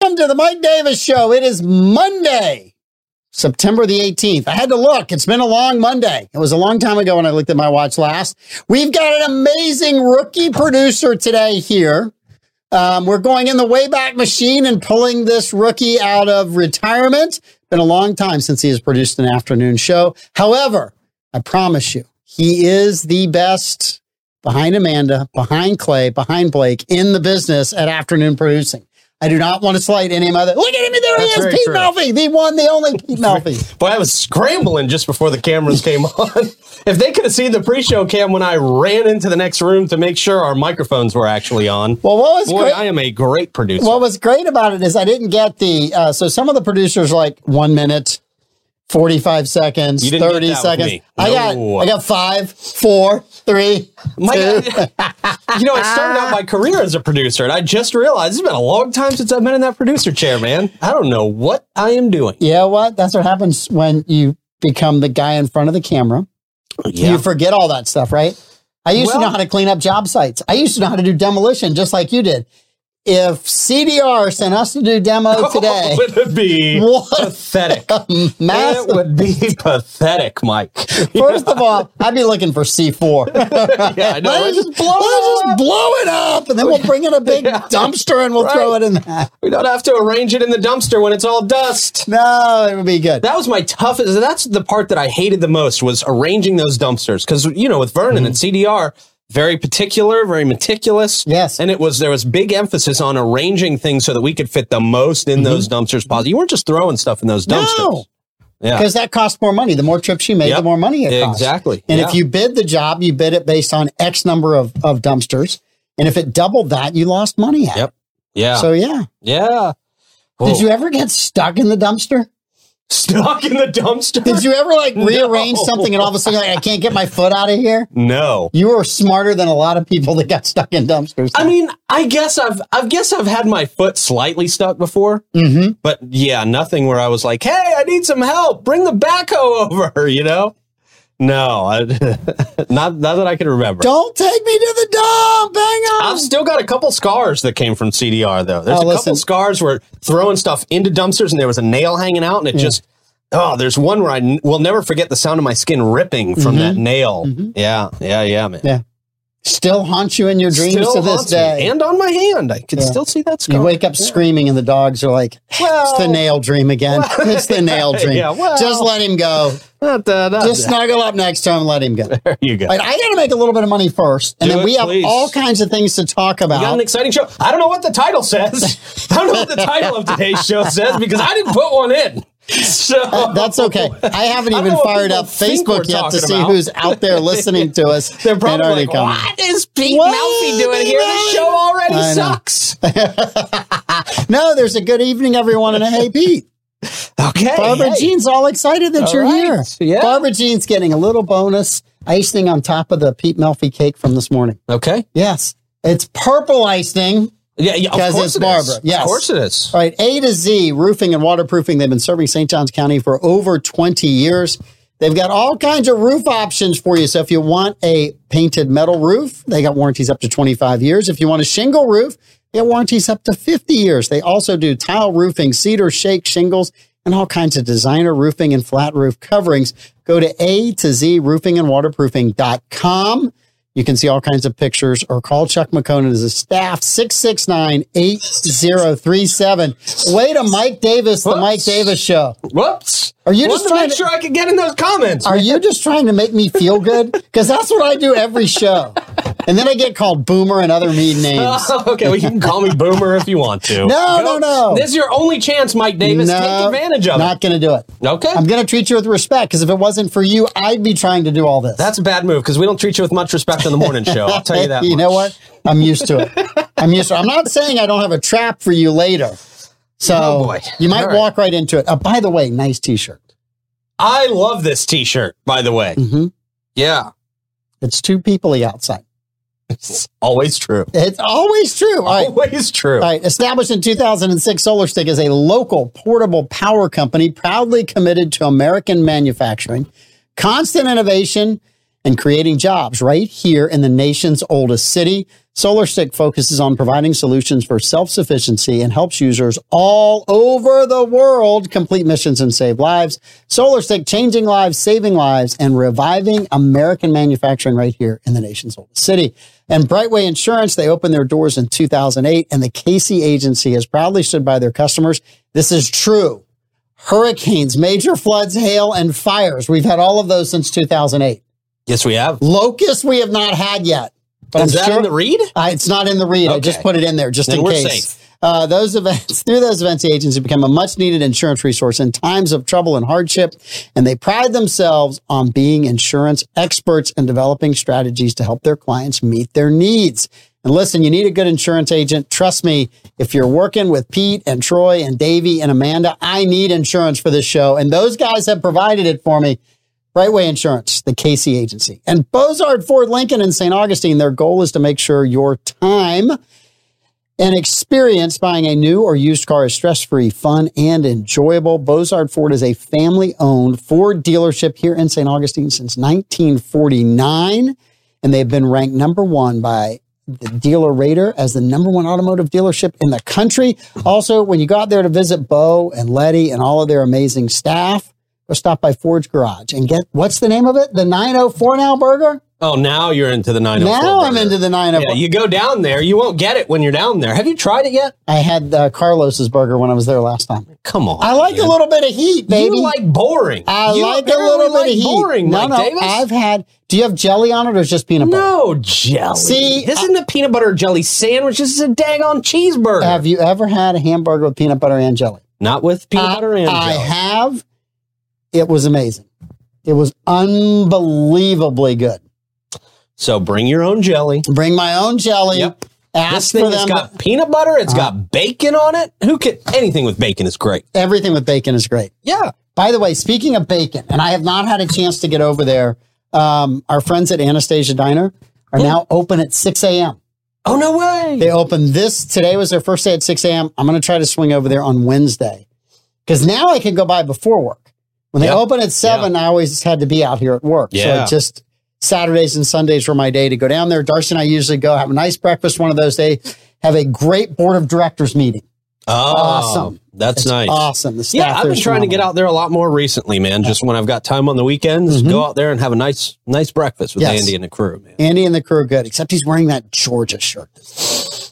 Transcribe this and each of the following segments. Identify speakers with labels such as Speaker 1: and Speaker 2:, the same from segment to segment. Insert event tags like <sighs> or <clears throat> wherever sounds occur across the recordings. Speaker 1: to the Mike Davis Show. It is Monday, September the 18th. I had to look. It's been a long Monday. It was a long time ago when I looked at my watch last. We've got an amazing rookie producer today here. Um, we're going in the Wayback Machine and pulling this rookie out of retirement. Been a long time since he has produced an afternoon show. However, I promise you, he is the best behind Amanda, behind Clay, behind Blake in the business at afternoon producing. I do not want to slight any other. Look at him. There
Speaker 2: That's
Speaker 1: he is.
Speaker 2: very
Speaker 1: Pete
Speaker 2: true.
Speaker 1: Melfi, the one, the only
Speaker 2: <laughs>
Speaker 1: Pete Melfi.
Speaker 2: Boy, I was scrambling just before the cameras came <laughs> on. if they could have seen the pre-show cam when I ran into the next room to make sure our microphones were actually on.
Speaker 1: Well, what was
Speaker 2: Boy,
Speaker 1: great?
Speaker 2: I am a great producer.
Speaker 1: what was great about it is I didn't get the uh, so some of the producers like one minute, forty five seconds,
Speaker 2: You didn't get
Speaker 1: thirty
Speaker 2: that with
Speaker 1: seconds.
Speaker 2: me.
Speaker 1: I got
Speaker 2: No.
Speaker 1: I got five, four, three,
Speaker 2: My-
Speaker 1: two.
Speaker 2: <laughs> you know, I started out my career as a producer, and I just realized it's been a long time since I've been in that producer chair, man. I don't know what I am doing.
Speaker 1: You know what? That's what happens when you become the guy in front of the camera.
Speaker 2: Yeah.
Speaker 1: You forget all that stuff, right? I used to
Speaker 2: Well-
Speaker 1: know how to clean up job sites. I used to know how to do demolition, just like you did. If CDR sent us to do
Speaker 2: <laughs>
Speaker 1: demo today,
Speaker 2: Would it be
Speaker 1: What? <laughs>
Speaker 2: pathetic?
Speaker 1: mass
Speaker 2: It would be pathetic, Mike. <laughs>
Speaker 1: First of all, I'd be looking for C four. <laughs>
Speaker 2: yeah, I know.
Speaker 1: Let's just blow it up. and then we'll bring in a
Speaker 2: <laughs>
Speaker 1: big dumpster and we'll throw it in that.
Speaker 2: We don't have to arrange it in the dumpster when it's all dust.
Speaker 1: No, it would be good.
Speaker 2: That was my toughest. That's the part that I hated the most was arranging those dumpsters because you know with Vernon and
Speaker 1: Mm-hmm.
Speaker 2: CDR, very particular, very meticulous.
Speaker 1: Yes.
Speaker 2: and it was there was big emphasis on arranging things so that we could fit the most in those dumpsters possible. You weren't just throwing stuff in those dumpsters.
Speaker 1: Mm-hmm. No.
Speaker 2: Yeah.
Speaker 1: Because that costs more money. The more trips you made,
Speaker 2: Yep.
Speaker 1: the more money it costs.
Speaker 2: Exactly.
Speaker 1: And
Speaker 2: Yeah.
Speaker 1: if you bid the job, you bid it based on X number of, of dumpsters. And if it doubled that, you lost money at it.
Speaker 2: Yep. Yeah,
Speaker 1: So yeah.
Speaker 2: yeah. Oh.
Speaker 1: Did you ever get stuck in the dumpster?
Speaker 2: <laughs> stuck in the dumpster?
Speaker 1: Did you ever like
Speaker 2: <laughs> No.
Speaker 1: rearrange something and all of a sudden like, I can't get my foot out of here?
Speaker 2: no.
Speaker 1: You were smarter than a lot of people that got stuck in dumpsters.
Speaker 2: I mean, I guess I've I guess I've had my foot slightly stuck before,
Speaker 1: Mhm.
Speaker 2: but yeah, nothing where I was like, "Hey, I need some help. Bring the backhoe <laughs> over," you know? No, I, <laughs> not not that I can remember.
Speaker 1: Don't take me to the dump. Hang on.
Speaker 2: I've still got a couple scars that came from CDR though. There's
Speaker 1: Oh,
Speaker 2: a
Speaker 1: listen.
Speaker 2: couple scars where throwing stuff into dumpsters and there was a nail hanging out and it just oh, there's one where I n- will never forget the sound of my skin ripping from that nail. Yeah, yeah, yeah, man.
Speaker 1: Mm-hmm. Yeah. still haunts you in your dreams
Speaker 2: Still
Speaker 1: to this
Speaker 2: haunts me.
Speaker 1: day.
Speaker 2: and on my hand, I can still see that scar.
Speaker 1: You wake up screaming, and the dogs are like,
Speaker 2: Well-
Speaker 1: "It's the nail dream again. it's the nail dream.
Speaker 2: <laughs> Yeah, well-
Speaker 1: Just let him go.
Speaker 2: Not that- not
Speaker 1: Just
Speaker 2: that.
Speaker 1: snuggle up next to him. Let him go."
Speaker 2: <laughs> There you go.
Speaker 1: But I got to make a little bit of money first, and
Speaker 2: Do
Speaker 1: then
Speaker 2: it,
Speaker 1: we have
Speaker 2: please.
Speaker 1: all kinds of things to talk
Speaker 2: We got
Speaker 1: about.
Speaker 2: an exciting show. I don't know what the title says. <laughs> I don't know what the title of today's show says because I didn't put one in. So
Speaker 1: <laughs> That's okay. I haven't
Speaker 2: I don't
Speaker 1: even
Speaker 2: know what
Speaker 1: fired
Speaker 2: people
Speaker 1: up
Speaker 2: think we're
Speaker 1: Facebook yet to
Speaker 2: talking
Speaker 1: see
Speaker 2: about.
Speaker 1: who's out there
Speaker 2: <laughs>
Speaker 1: listening to us.
Speaker 2: they're
Speaker 1: and
Speaker 2: probably
Speaker 1: already
Speaker 2: like,
Speaker 1: commenting.
Speaker 2: "What is Pete
Speaker 1: What
Speaker 2: Melfi
Speaker 1: is
Speaker 2: doing here? The
Speaker 1: he
Speaker 2: show already
Speaker 1: I know. <laughs>
Speaker 2: sucks."
Speaker 1: No, there's a good evening, everyone, and a hey, Pete.
Speaker 2: Okay,
Speaker 1: Barbara
Speaker 2: hey.
Speaker 1: Jean's all excited that
Speaker 2: All
Speaker 1: you're
Speaker 2: right,
Speaker 1: here.
Speaker 2: yeah.
Speaker 1: Barbara Jean's getting a little bonus icing on top of the Pete Melfi cake from this morning.
Speaker 2: Okay,
Speaker 1: Yes. It's purple icing.
Speaker 2: yeah, yeah. Of
Speaker 1: Because
Speaker 2: course
Speaker 1: it's
Speaker 2: it is.
Speaker 1: Barbara. Yes.
Speaker 2: of course it is.
Speaker 1: All right, A to Z roofing and waterproofing. They've been serving St. Johns County for over 20 years. They've got all kinds of roof options for you. So if you want a painted metal roof, they got warranties up to 25 years. If you want a shingle roof, they got warranties up to 50 years. They also do tile roofing, cedar shake shingles, and all kinds of designer roofing and flat roof coverings. Go to A to Z roofing and waterproofing.com. You can see all kinds of pictures or call Chuck McCone and his staff, 669 8037. Way to Mike Davis, the
Speaker 2: Whoops.
Speaker 1: Mike Davis show.
Speaker 2: Whoops.
Speaker 1: Are you
Speaker 2: Wanted
Speaker 1: just
Speaker 2: to
Speaker 1: trying
Speaker 2: make
Speaker 1: to-
Speaker 2: sure I could get in those comments? <laughs>
Speaker 1: Are you just trying to make me feel good? Because that's what I do every show. And then I get called boomer and other
Speaker 2: <laughs>
Speaker 1: mean names.
Speaker 2: Oh, okay, well, you
Speaker 1: <laughs>
Speaker 2: can call me Boomer if you want to.
Speaker 1: No, no, no.
Speaker 2: This is your only chance, Mike Davis. Take advantage of
Speaker 1: not going to do it.
Speaker 2: it. Okay.
Speaker 1: I'm going to treat you with respect because if it wasn't for you, I'd be trying to do all this.
Speaker 2: That's a bad move because we don't treat you with much respect on the morning show. I'll tell you
Speaker 1: <laughs>
Speaker 2: that.
Speaker 1: you know
Speaker 2: much.
Speaker 1: what? I'm used to it. I'm used to it. I'm not saying I don't have a trap for you later.
Speaker 2: Oh,
Speaker 1: So
Speaker 2: boy.
Speaker 1: you might
Speaker 2: All right.
Speaker 1: walk right into it. Uh, by the way, nice t-shirt.
Speaker 2: I love this T-shirt, by the way.
Speaker 1: Mm-hmm.
Speaker 2: Yeah,
Speaker 1: It's too peoply outside.
Speaker 2: it's always true.
Speaker 1: It's always true. All right.
Speaker 2: Always true.
Speaker 1: All right. Established in 2006, SolarStick is a local portable power company proudly committed to American manufacturing, constant innovation, and creating jobs right here in the nation's oldest city. SolarStick focuses on providing solutions for self-sufficiency and helps users all over the world complete missions and save lives. SolarStick changing lives, saving lives, and reviving American manufacturing right here in the nation's oldest city. And Brightway Insurance, they opened their doors in 2008 and the Casey agency has proudly stood by their customers. This is true hurricanes, major floods, hail, and fires. We've had all of those since 2008.
Speaker 2: Yes, we have.
Speaker 1: Locusts we have not had yet. But
Speaker 2: Is that in the read?
Speaker 1: I, it's not in the read. I just
Speaker 2: Okay.
Speaker 1: put it in there just
Speaker 2: Then
Speaker 1: in
Speaker 2: we're
Speaker 1: case.
Speaker 2: safe.
Speaker 1: Uh, those events, <laughs> through those events, the agency become a much needed insurance resource in times of trouble and hardship. And they pride themselves on being insurance experts and developing strategies to help their clients meet their needs. And listen, you need a good insurance agent. Trust me, if you're working with Pete and Troy and Davey and Amanda, I need insurance for this show. And those guys have provided it for me. Brightway Insurance, the Casey Agency, and Bozard Ford Lincoln in St. Augustine. Their goal is to make sure your time and experience buying a new or used car is stress free, fun, and enjoyable. Bozard Ford is a family owned Ford dealership here in St. Augustine since 1949, and they've been ranked number one by the dealer rater as the number one automotive dealership in the country. Also, when you go out there to visit Bo and Letty and all of their amazing staff, go stop by Ford's Garage and get what's the name of it? The 904 now burger?
Speaker 2: Oh, now you're into the 904.
Speaker 1: Now I'm
Speaker 2: burger.
Speaker 1: into the 904.
Speaker 2: Yeah, you go down there, you won't get it when you're down there. Have you tried it yet?
Speaker 1: I had uh, Carlos's burger when I was there last time.
Speaker 2: Come on.
Speaker 1: I like a little bit of heat, baby.
Speaker 2: You like boring.
Speaker 1: I
Speaker 2: You
Speaker 1: like a
Speaker 2: apparently
Speaker 1: little bit
Speaker 2: like
Speaker 1: of heat.
Speaker 2: boring,
Speaker 1: no,
Speaker 2: Mike
Speaker 1: no,
Speaker 2: Davis.
Speaker 1: I've had. Do you have jelly on it or it's just peanut butter?
Speaker 2: no jelly.
Speaker 1: See,
Speaker 2: this isn't a peanut butter jelly sandwich. This is a daggone cheeseburger.
Speaker 1: Have you ever had a hamburger with peanut butter and jelly?
Speaker 2: Not with peanut butter and
Speaker 1: I
Speaker 2: jelly.
Speaker 1: have. It was amazing. It was unbelievably good.
Speaker 2: so bring your own jelly.
Speaker 1: Bring my own jelly.
Speaker 2: Yep. This
Speaker 1: Ask
Speaker 2: thing
Speaker 1: for
Speaker 2: has
Speaker 1: them. Uh-huh.
Speaker 2: got peanut butter. It's got bacon on it. Who can? Anything with bacon is great.
Speaker 1: Everything with bacon is great.
Speaker 2: Yeah.
Speaker 1: By the way, speaking of bacon, and I have not had a chance to get over there. Um, our friends at Anastasia Diner are now open at 6 a.m.
Speaker 2: Oh no way.
Speaker 1: They opened this today was their first day at 6 a.m. I'm going to try to swing over there on Wednesday because now I can go by before work. When they
Speaker 2: Yeah.
Speaker 1: open at seven, I always had to be out here at work. So
Speaker 2: Yeah.
Speaker 1: it just Saturdays and Sundays were my day to go down there. Darcy and I usually go have a nice breakfast one of those days, have a great board of directors meeting.
Speaker 2: oh,
Speaker 1: awesome.
Speaker 2: That's nice.
Speaker 1: Awesome. The staff
Speaker 2: Yeah, I've
Speaker 1: there
Speaker 2: been
Speaker 1: is
Speaker 2: trying to get
Speaker 1: phenomenal.
Speaker 2: out there a lot more recently, man. Just when I've got time on the weekends, go out there and have a nice, nice breakfast with
Speaker 1: Mm-hmm. Yes.
Speaker 2: Andy and the crew, man.
Speaker 1: Andy and the crew are good, except he's wearing that Georgia shirt.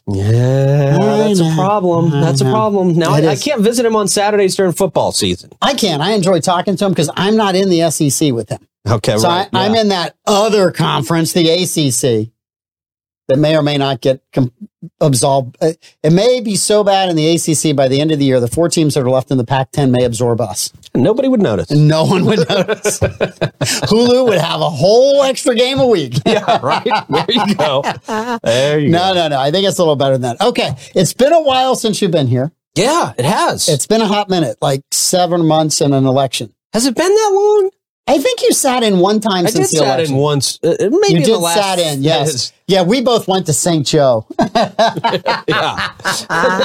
Speaker 2: Yeah,
Speaker 1: I
Speaker 2: Oh, that's
Speaker 1: know.
Speaker 2: a problem. That's a
Speaker 1: know.
Speaker 2: problem. Now
Speaker 1: It
Speaker 2: I, I
Speaker 1: is.
Speaker 2: can't visit him on Saturdays during football season.
Speaker 1: I can't. I enjoy talking to him because I'm not in the SEC with him.
Speaker 2: Okay,
Speaker 1: So
Speaker 2: right.
Speaker 1: I, I'm
Speaker 2: yeah.
Speaker 1: in that other conference, the ACC, that may or may not get com- absolved. Uh, It may be so bad in the ACC by the end of the year, the four teams that are left in the Pac-10 may absorb us.
Speaker 2: Nobody
Speaker 1: <laughs>
Speaker 2: would notice.
Speaker 1: No one would
Speaker 2: <laughs>
Speaker 1: notice. Hulu would have a whole extra game a week.
Speaker 2: yeah, right. There you go. There you go.
Speaker 1: <laughs> No, no, no. I think it's a little better than that. Okay, it's been a while since you've been here.
Speaker 2: Yeah, it has.
Speaker 1: It's been a hot minute, like seven months in an election.
Speaker 2: has it been that long?
Speaker 1: I think you sat in one time
Speaker 2: I did
Speaker 1: since the
Speaker 2: sat
Speaker 1: election.
Speaker 2: in once. Uh, uh, maybe
Speaker 1: you
Speaker 2: in
Speaker 1: did
Speaker 2: the last.
Speaker 1: sat in, yes. Yeah, we both went to St. Joe.
Speaker 2: yeah.
Speaker 1: <laughs>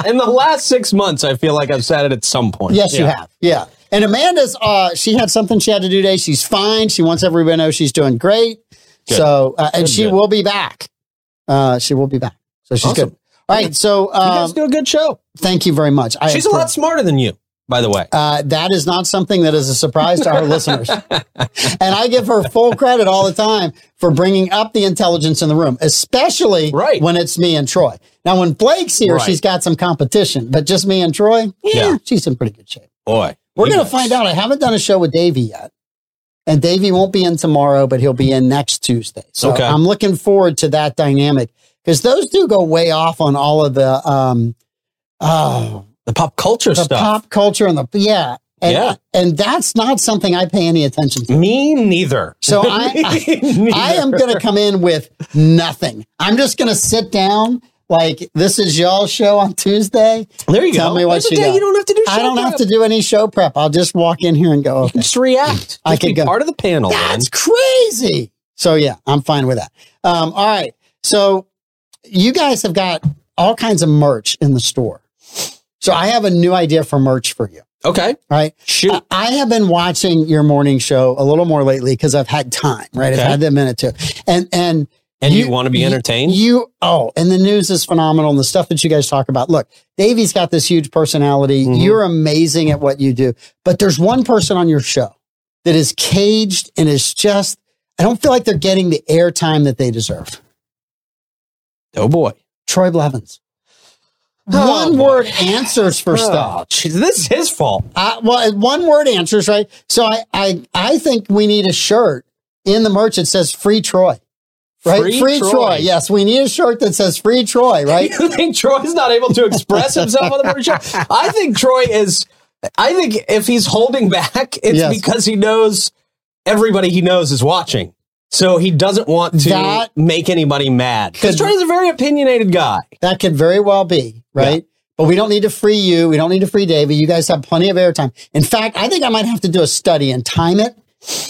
Speaker 2: in the last six months, I feel like I've sat in at some point.
Speaker 1: Yes, you
Speaker 2: Yeah.
Speaker 1: have. Yeah. And Amanda's, uh, she had something she had to do today. She's fine. She wants everybody to know she's doing great.
Speaker 2: Good.
Speaker 1: So, uh, and
Speaker 2: Good,
Speaker 1: she
Speaker 2: good.
Speaker 1: will be back. Uh, she will be back. So she's
Speaker 2: Awesome.
Speaker 1: good. All right. So,
Speaker 2: You guys
Speaker 1: um,
Speaker 2: do a good show.
Speaker 1: thank you very much. I
Speaker 2: She's a
Speaker 1: appro-
Speaker 2: lot smarter than you, by the way.
Speaker 1: Uh, that is not something that is a surprise to our
Speaker 2: <laughs>
Speaker 1: listeners. And I give her full credit all the time for bringing up the intelligence in the room, especially
Speaker 2: Right.
Speaker 1: when it's me and Troy. Now, when Blake's here,
Speaker 2: Right.
Speaker 1: she's got some competition, but just me and Troy, yeah,
Speaker 2: Yeah.
Speaker 1: she's in pretty good shape.
Speaker 2: Boy,
Speaker 1: We're
Speaker 2: you
Speaker 1: going to
Speaker 2: guys.
Speaker 1: find out. I haven't done a show with Davey yet. And Davey won't be in tomorrow, but he'll be in next Tuesday. So
Speaker 2: Okay.
Speaker 1: I'm looking forward to that dynamic because those do go way off on all of the, um, oh,
Speaker 2: the pop culture
Speaker 1: the
Speaker 2: stuff.
Speaker 1: pop culture and the, yeah. And,
Speaker 2: Yeah.
Speaker 1: and that's not something I pay any attention
Speaker 2: <laughs>
Speaker 1: to.
Speaker 2: Me neither.
Speaker 1: So I- I- I am
Speaker 2: <laughs>
Speaker 1: going to come in with nothing. I'm just going to sit down like this is y'all show on Tuesday.
Speaker 2: There you
Speaker 1: tell
Speaker 2: go.
Speaker 1: me what
Speaker 2: There's a
Speaker 1: you
Speaker 2: day
Speaker 1: got.
Speaker 2: You don't have to do.
Speaker 1: I
Speaker 2: show
Speaker 1: don't have
Speaker 2: prep.
Speaker 1: to do any show prep. I'll just walk in here and go, okay.
Speaker 2: Just react.
Speaker 1: I
Speaker 2: Just
Speaker 1: could
Speaker 2: be
Speaker 1: go-
Speaker 2: part of the panel. man.
Speaker 1: That's crazy. So yeah, I'm fine with that. Um, all right. So you guys have got all kinds of merch in the store. So I have a new idea for merch for you.
Speaker 2: Okay.
Speaker 1: All right.
Speaker 2: Shoot.
Speaker 1: I- I have been watching your morning show a little more lately because I've had time, right?
Speaker 2: Okay.
Speaker 1: I've had the minute to. And and
Speaker 2: and you, want to be entertained?
Speaker 1: You oh, and the news is phenomenal and the stuff that you guys talk about. Look, Davey's got this huge personality.
Speaker 2: Mhm.
Speaker 1: You're amazing at what you do. But there's one person on your show that is caged and is just I don't feel like they're getting the airtime that they deserve.
Speaker 2: oh boy.
Speaker 1: Troy Blevins.
Speaker 2: Oh,
Speaker 1: One
Speaker 2: boy.
Speaker 1: word answers for stuff.
Speaker 2: Oh, geez, this is his fault.
Speaker 1: I, well, one word answers, right? So I, I, I think we need a shirt in the merch that says free Troy, right?
Speaker 2: Free
Speaker 1: Troy.
Speaker 2: Troy.
Speaker 1: Yes. We need a shirt that says free Troy, right?
Speaker 2: <laughs> You think Troy's not able to express himself on the morning show? I think Troy is. I think if he's holding back, it's
Speaker 1: Yes.
Speaker 2: because he knows everybody he knows is watching. So he doesn't want to
Speaker 1: That-
Speaker 2: make anybody mad. Because
Speaker 1: Could-
Speaker 2: Troy's a very opinionated guy.
Speaker 1: that could very well be, right? But we don't need to free you. We don't need to free Davey. You guys have plenty of airtime. In fact, I think I might have to do a study and time it.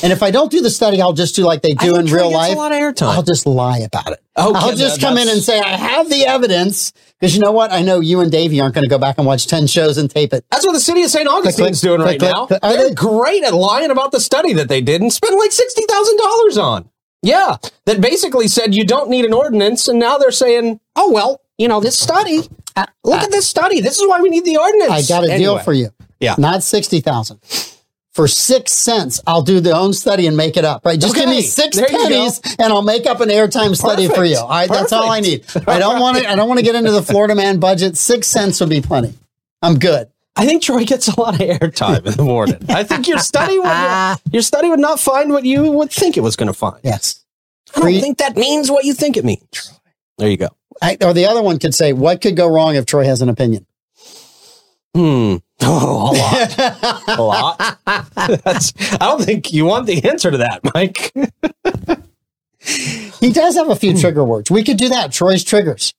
Speaker 1: And if I don't do the study, I'll just do like they
Speaker 2: I
Speaker 1: do
Speaker 2: think
Speaker 1: in
Speaker 2: Troy
Speaker 1: real
Speaker 2: gets
Speaker 1: life.
Speaker 2: a lot of
Speaker 1: I'll
Speaker 2: airtime.
Speaker 1: just lie about it.
Speaker 2: Okay,
Speaker 1: I'll just
Speaker 2: no,
Speaker 1: come in
Speaker 2: that's-
Speaker 1: and say, I have the evidence. Because you know what? I know you and Davey aren't going to go back and watch 10 shows and tape it.
Speaker 2: That's what the city of St.
Speaker 1: Click,
Speaker 2: Augustine's
Speaker 1: click,
Speaker 2: doing right
Speaker 1: click,
Speaker 2: now.
Speaker 1: click. Are
Speaker 2: They're
Speaker 1: they-
Speaker 2: great at lying about the study that they did and spent like $60,000 on. Yeah. That basically said you don't need an ordinance. And now they're saying, oh, well, you know, this study, uh, look at this study. This is why we need the ordinance.
Speaker 1: I got a deal for you.
Speaker 2: Yeah.
Speaker 1: Not 60,000. For six cents, I'll do the own study and make it up, right? Just give me
Speaker 2: Okay.
Speaker 1: six
Speaker 2: There you go.
Speaker 1: pennies and I'll make up an airtime study for you.
Speaker 2: Perfect.
Speaker 1: All right. That's all I need. I don't want to, I don't want to get into the Florida man budget. Six cents would be plenty. I'm good.
Speaker 2: I think Troy gets a lot of airtime in the morning. I think your study would,
Speaker 1: <laughs>
Speaker 2: your study would not find what you would think it was going to find.
Speaker 1: Yes.
Speaker 2: I don't
Speaker 1: Free-
Speaker 2: think that means what you think it means. There you go.
Speaker 1: I, or the other one could say, what could go wrong if Troy has an opinion?
Speaker 2: Hmm. Oh, <laughs> a lot. <laughs> a lot. That's, I don't think you want the answer to that, Mike.
Speaker 1: He does have a few
Speaker 2: Hmm.
Speaker 1: trigger words. We could do that. Troy's triggers.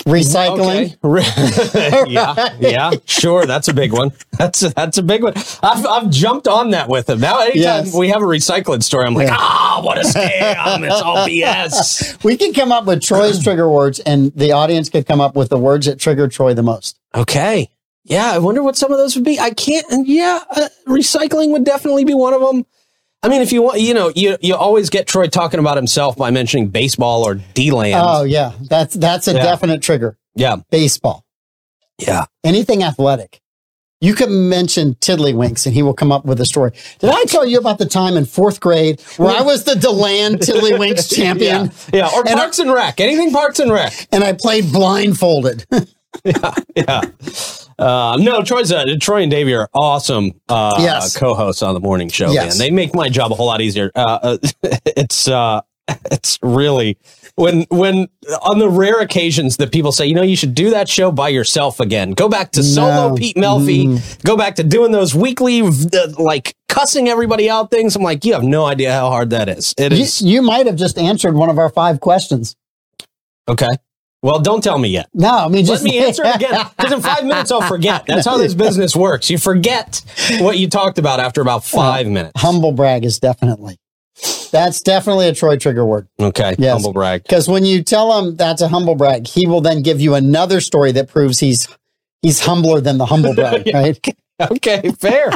Speaker 1: Recycling.
Speaker 2: Okay. <laughs> yeah, yeah, sure. That's a big one. That's a, that's a big one. I've, I've jumped on that with him. Now, anytime
Speaker 1: Yes.
Speaker 2: we have a recycling story, I'm like,
Speaker 1: Yeah.
Speaker 2: ah, what a scam. It's <laughs> all BS.
Speaker 1: We could come up with Troy's trigger words and the audience could come up with the words that trigger Troy the most.
Speaker 2: Okay. Yeah, I wonder what some of those would be. I can't. And yeah, uh, recycling would definitely be one of them. I mean, if you want, you know, you you always get Troy talking about himself by mentioning baseball or D-land.
Speaker 1: Oh yeah. That's that's a
Speaker 2: Yeah.
Speaker 1: definite trigger.
Speaker 2: yeah,
Speaker 1: Baseball.
Speaker 2: yeah.
Speaker 1: Anything athletic. You can mention tiddlywinks and he will come up with a story. Did I tell you about the time in fourth grade where I was the DeLand tiddlywinks champion
Speaker 2: <laughs> Yeah, yeah. or
Speaker 1: I-
Speaker 2: Parks and Rec. Anything Parks and Rec.
Speaker 1: and I played blindfolded? <laughs>
Speaker 2: Yeah. Uh, no, Troy's uh, Troy and Davey are awesome uh,
Speaker 1: Yes.
Speaker 2: co-hosts on the morning show.
Speaker 1: Yes.
Speaker 2: Man, they make my job a whole lot easier. Uh, uh, <laughs> it's uh, it's really when when on the rare occasions that people say, you know, you should do that show by yourself again. Go back to solo
Speaker 1: No. Mm-hmm.
Speaker 2: Pete Melfi. Go back to doing those weekly uh, like cussing everybody out things. I'm like, you have no idea how hard that is. It
Speaker 1: you,
Speaker 2: is
Speaker 1: you might have just answered one of our five questions.
Speaker 2: okay. Well, don't tell me yet.
Speaker 1: No, I mean
Speaker 2: Let
Speaker 1: just
Speaker 2: me answer it again. Because in five minutes, I'll forget. That's how this business works. You forget what you talked about after about five minutes.
Speaker 1: <laughs> Humble brag is definitely. That's definitely a Troy trigger word.
Speaker 2: Okay.
Speaker 1: Yes.
Speaker 2: Humble brag. <laughs>
Speaker 1: Because when you tell him that's a humble brag, he will then give you another story that proves he's he's humbler than the
Speaker 2: <laughs>
Speaker 1: humble brag, right?
Speaker 2: Okay. Fair.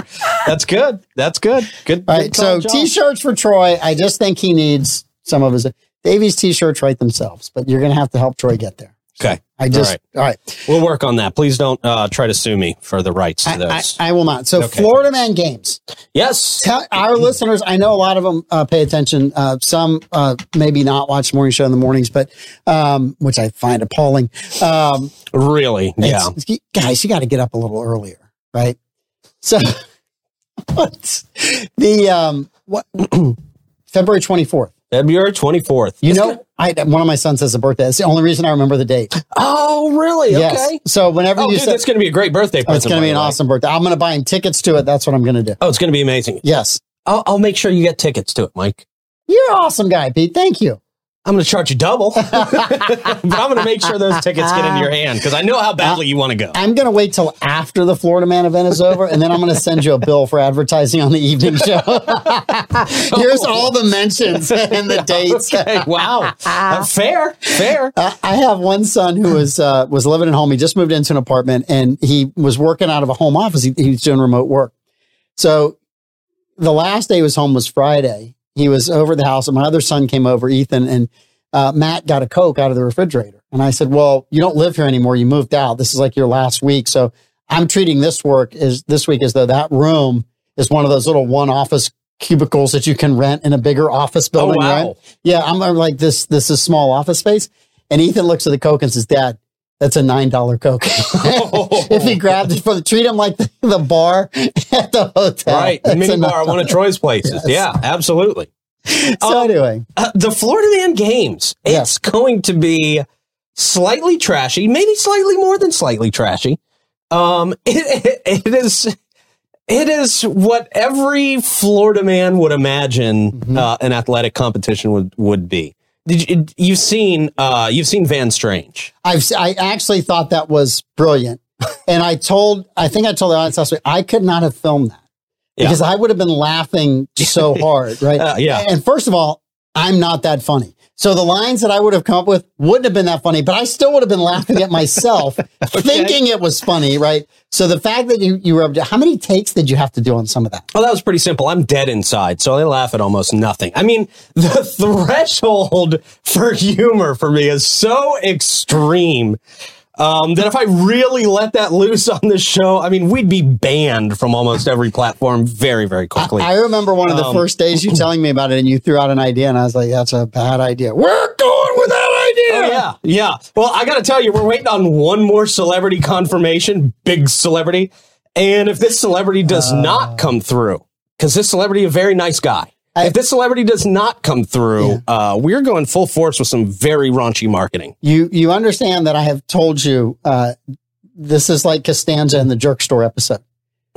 Speaker 2: That's good. That's good. Good.
Speaker 1: All
Speaker 2: good
Speaker 1: right. So
Speaker 2: call, John.
Speaker 1: t-shirts for Troy. I just think he needs some of his Davies t-shirts right themselves, but you're gonna have to help Troy get there.
Speaker 2: Okay.
Speaker 1: I just all right.
Speaker 2: We'll work on that. Please don't uh, try to sue me for the rights to
Speaker 1: I,
Speaker 2: those.
Speaker 1: I, I will not. So
Speaker 2: Okay.
Speaker 1: Florida Man Games.
Speaker 2: yes.
Speaker 1: tell our listeners i know a lot of them uh, pay attention uh, some uh, maybe not watch morning show in the mornings but um, which i find appalling um,
Speaker 2: Really. Yeah.
Speaker 1: it's- it's- guys you got to get up a little earlier right so <laughs> what the um, what <clears throat> february 24th
Speaker 2: February 24th.
Speaker 1: you know I, one of my sons has a birthday that's the only reason i remember the date
Speaker 2: Oh, really?
Speaker 1: yes
Speaker 2: Okay.
Speaker 1: so whenever
Speaker 2: Oh,
Speaker 1: you
Speaker 2: dude,
Speaker 1: said
Speaker 2: that's going to be a great birthday present.
Speaker 1: oh, it's going to
Speaker 2: by
Speaker 1: be an
Speaker 2: the way.
Speaker 1: awesome birthday i'm going to buy him tickets to it that's what i'm going to do
Speaker 2: Oh, it's going to be amazing.
Speaker 1: yes
Speaker 2: I'll, I'll make sure you get tickets to it, Mike.
Speaker 1: you're an awesome guy pete thank you
Speaker 2: I'm going to charge you double, <laughs> but I'm going to make sure those tickets get into your hand because I know how badly you want to go.
Speaker 1: I'm going to wait till after the Florida Man event is over, and then I'm going to send you a bill for advertising on the
Speaker 2: <laughs>
Speaker 1: evening show. <laughs> Here's all the mentions and the dates.
Speaker 2: <laughs> Okay,
Speaker 1: <laughs>
Speaker 2: wow, Uh, fair, fair.
Speaker 1: I I have one son who was uh, was living at home. He just moved into an apartment, and he was working out of a home office. He, he was doing remote work. So the last day he was home was Friday. He was over at the house, and my other son came over, Ethan, and uh, Matt got a Coke out of the refrigerator. And I said, "Well, you don't live here anymore. You moved out. This is like your last week. So I'm treating this work as this week as though that room is one of those little one office." cubicles that you can rent in a bigger office
Speaker 2: Oh
Speaker 1: building right?
Speaker 2: wow,
Speaker 1: Yeah, I'm, I'm like this. This is small office space, and Ethan looks at the Coke and says, "Dad, that's a nine dollar
Speaker 2: <laughs>
Speaker 1: Coke." if he grabbed it from the treat him like the, the bar at the hotel,
Speaker 2: right?
Speaker 1: That's
Speaker 2: Mini
Speaker 1: a
Speaker 2: bar, one of Troy's places. Yeah, absolutely.
Speaker 1: nine- So
Speaker 2: Um,
Speaker 1: anyway,
Speaker 2: Uh, the Florida Man games.
Speaker 1: Yeah.
Speaker 2: It's going to be slightly trashy, maybe slightly more than slightly trashy. Um, <laughs> it, it, it is. It is what every Florida man would imagine
Speaker 1: Mhm.
Speaker 2: uh, an athletic competition would, would be. Did you, you've seen uh, you've seen Van Strange?
Speaker 1: I've s- I actually thought that was brilliant, and I told I think I told the audience last week I could not have filmed that
Speaker 2: Yeah.
Speaker 1: because I would have been laughing
Speaker 2: <laughs>
Speaker 1: so hard, right?
Speaker 2: Uh, yeah.
Speaker 1: And first of all, I'm not that funny. So the lines that I would have come up with wouldn't have been that funny, but I still would have been laughing at
Speaker 2: <laughs>
Speaker 1: myself thinking it was funny, right? So the fact that you, you rubbed it, how many takes did you have to do on some of that?
Speaker 2: Well, that was pretty simple. I'm dead inside, so I laugh at almost nothing. I mean, <laughs> the threshold for humor for me is so extreme um, that if I really let that loose on the show, I mean, we'd be banned from almost every platform very, very quickly.
Speaker 1: I remember one of the
Speaker 2: Um,
Speaker 1: first days
Speaker 2: <clears throat>
Speaker 1: you telling me about it and you threw out an idea and I was like, that's a bad idea. We're going with that idea.
Speaker 2: Oh, yeah, yeah. Well, I got to tell you, we're waiting on one more celebrity confirmation, big celebrity. And if this celebrity does not come through, because this celebrity a very nice guy.
Speaker 1: I-
Speaker 2: if this celebrity does not come through, uh, we're going full force with some very raunchy marketing.
Speaker 1: You, you understand that I have told you, uh, this is like Costanza in the jerk store episode.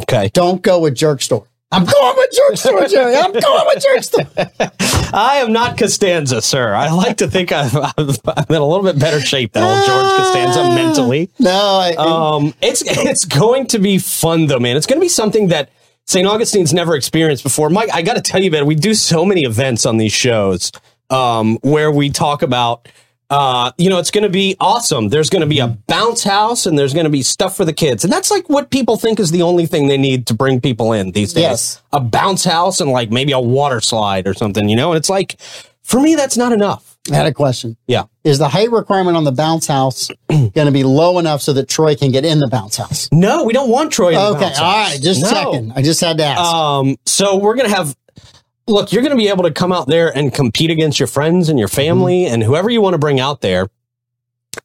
Speaker 2: Okay.
Speaker 1: Don't go with jerk store. I'm going with jerk store, Jerry. I'm going with jerk store.
Speaker 2: <laughs> I am not Costanza, sir. I like to think I've, I've, I'm <laughs> in a little bit better shape than old George Costanza mentally.
Speaker 1: No, I,
Speaker 2: Um, it's <laughs> it's going to be fun though, man. It's going to be something that St. Augustine's never experienced before. Mike, I got to tell you, man, we do so many events on these shows um, where we talk about. Uh, you know, it's going to be awesome. There's going to be a bounce house and there's going to be stuff for the kids. And that's like what people think is the only thing they need to bring people in these days.
Speaker 1: Yes.
Speaker 2: A bounce house and like maybe a water slide or something, you know? And it's like, for me, that's not enough.
Speaker 1: I had a question.
Speaker 2: Yeah.
Speaker 1: Is the height requirement on the bounce
Speaker 2: <clears throat>
Speaker 1: house going to be low enough so that Troy can get in the bounce house?
Speaker 2: No, we don't want Troy. In the
Speaker 1: Okay.
Speaker 2: bounce house.
Speaker 1: All right. Just
Speaker 2: No.
Speaker 1: checking. I just had to ask.
Speaker 2: Um, so we're gonna have. Look, you're gonna be able to come out there and compete against your friends and your
Speaker 1: Mm-hmm.
Speaker 2: family and whoever you want to bring out there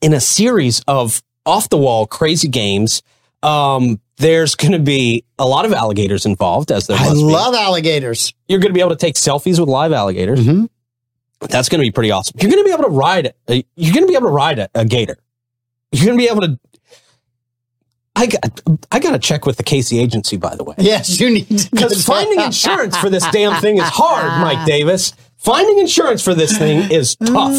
Speaker 2: in a series of off the wall crazy games. Um, there's gonna be a lot of alligators involved, as there
Speaker 1: I
Speaker 2: must be.
Speaker 1: love alligators.
Speaker 2: You're gonna be able to take selfies with live alligators.
Speaker 1: Mhm.
Speaker 2: That's gonna be pretty awesome. You're gonna be able to ride. A, you're gonna be able to ride a, a gator. You're gonna be able to. I got. I got to check with the Casey agency, by the way.
Speaker 1: Yes, you need to
Speaker 2: Because finding insurance for this damn thing is hard, Mike Davis. Finding insurance for this thing is tough,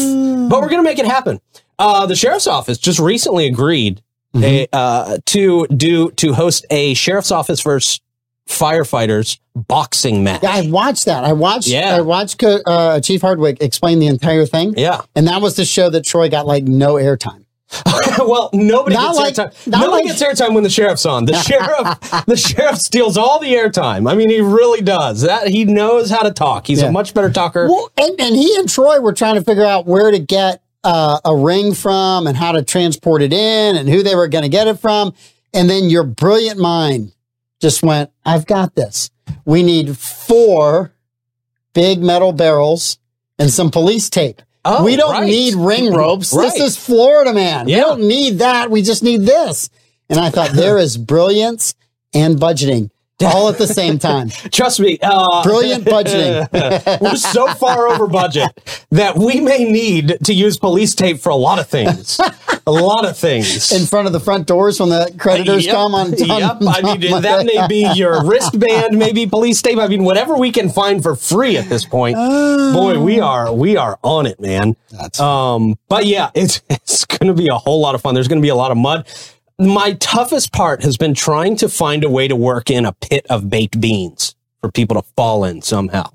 Speaker 2: but we're going to make it happen. Uh, the sheriff's office just recently agreed
Speaker 1: Mm-hmm.
Speaker 2: eh, uh, to do to host a sheriff's office versus firefighters boxing match.
Speaker 1: Yeah, I watched that. I watched.
Speaker 2: Yeah.
Speaker 1: I watched Co- uh, Chief Hardwick explain the entire thing,
Speaker 2: Yeah.
Speaker 1: and that was the show that Troy got like no airtime.
Speaker 2: <laughs> well, nobody
Speaker 1: Not
Speaker 2: gets
Speaker 1: like-
Speaker 2: airtime.
Speaker 1: not
Speaker 2: Nobody
Speaker 1: like-
Speaker 2: gets airtime when the sheriff's on. The sheriff, the sheriff steals all the airtime. I mean, he really does. That he knows how to talk. He's
Speaker 1: Yeah.
Speaker 2: a much better talker.
Speaker 1: Well, and, and he and Troy were trying to figure out where to get uh, a ring from and how to transport it in and who they were going to get it from. And then your brilliant mind just went, I've got this. We need four big metal barrels and some police tape.
Speaker 2: Oh,
Speaker 1: we don't
Speaker 2: right.
Speaker 1: need ring ropes.
Speaker 2: Right.
Speaker 1: This is Florida, man. We
Speaker 2: Yeah.
Speaker 1: don't need that. We just need this. And I thought, there is brilliance and budgeting all at the same time.
Speaker 2: Trust me. Uh,
Speaker 1: Brilliant budgeting.
Speaker 2: we're so far over budget that we may need to use police tape for a lot of things. a lot of things.
Speaker 1: In front of the front doors when the creditors
Speaker 2: Yep,
Speaker 1: come on. on-
Speaker 2: yep. I mean,
Speaker 1: on-
Speaker 2: that may be
Speaker 1: <laughs>
Speaker 2: your wristband, maybe police tape. I mean, whatever we can find for free at this point.
Speaker 1: Oh.
Speaker 2: Boy, we are we are on it, man. um, but yeah, <laughs> it's it's going to be a whole lot of fun. There's going to be a lot of mud. My toughest part has been trying to find a way to work in a pit of baked beans for people to fall in somehow.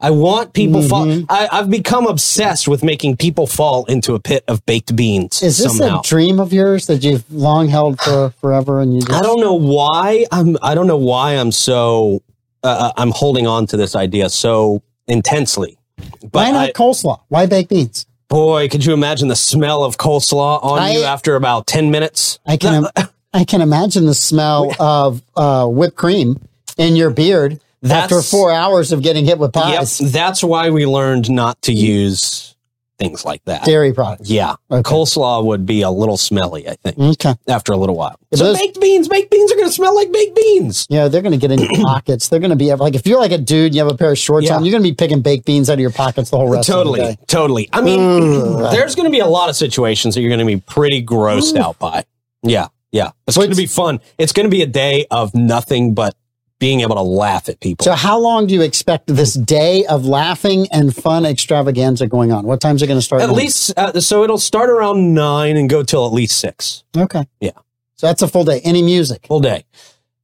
Speaker 2: I want people
Speaker 1: Mm-hmm.
Speaker 2: fall. I, I've become obsessed with making people fall into a pit of baked beans.
Speaker 1: Is this
Speaker 2: somehow.
Speaker 1: a dream of yours that you've long held for forever and you
Speaker 2: I
Speaker 1: just,
Speaker 2: don't know why I'm. I don't know why I'm so. Uh, I'm holding on to this idea so intensely.
Speaker 1: why
Speaker 2: But
Speaker 1: not
Speaker 2: I,
Speaker 1: coleslaw? Why baked beans?
Speaker 2: boy, could you imagine the smell of coleslaw on
Speaker 1: I-
Speaker 2: you after about ten minutes?
Speaker 1: I can
Speaker 2: <laughs>
Speaker 1: im- I can imagine the smell of uh, whipped cream in your beard after
Speaker 2: That's-
Speaker 1: four hours of getting hit with pies,
Speaker 2: Yep, that's why we learned not to use things like that.
Speaker 1: dairy products.
Speaker 2: yeah,
Speaker 1: Okay. Mm.
Speaker 2: coleslaw would be a little smelly. I think
Speaker 1: Okay.
Speaker 2: after a little while.
Speaker 1: If
Speaker 2: So
Speaker 1: those-
Speaker 2: baked beans, baked beans are going to smell like baked beans.
Speaker 1: Yeah, they're going to get in
Speaker 2: <clears throat>
Speaker 1: your pockets. They're going to be like, if you're like a dude, and you have a pair of shorts
Speaker 2: Yeah.
Speaker 1: on, you're going to be picking baked beans out of your pockets the whole rest of the
Speaker 2: Totally,
Speaker 1: day.
Speaker 2: totally. I mean, there's going to be a lot of situations that you're going to be pretty grossed out by. Yeah, yeah. It's going to be fun. It's going to be a day of nothing but being able to laugh at people.
Speaker 1: So, how long do you expect this day of laughing and fun extravaganza going on? What time's it going to start?
Speaker 2: At
Speaker 1: now?
Speaker 2: least, uh, so it'll start around nine and go till at least six.
Speaker 1: okay.
Speaker 2: Yeah.
Speaker 1: So that's a full day. Any music?
Speaker 2: Full day.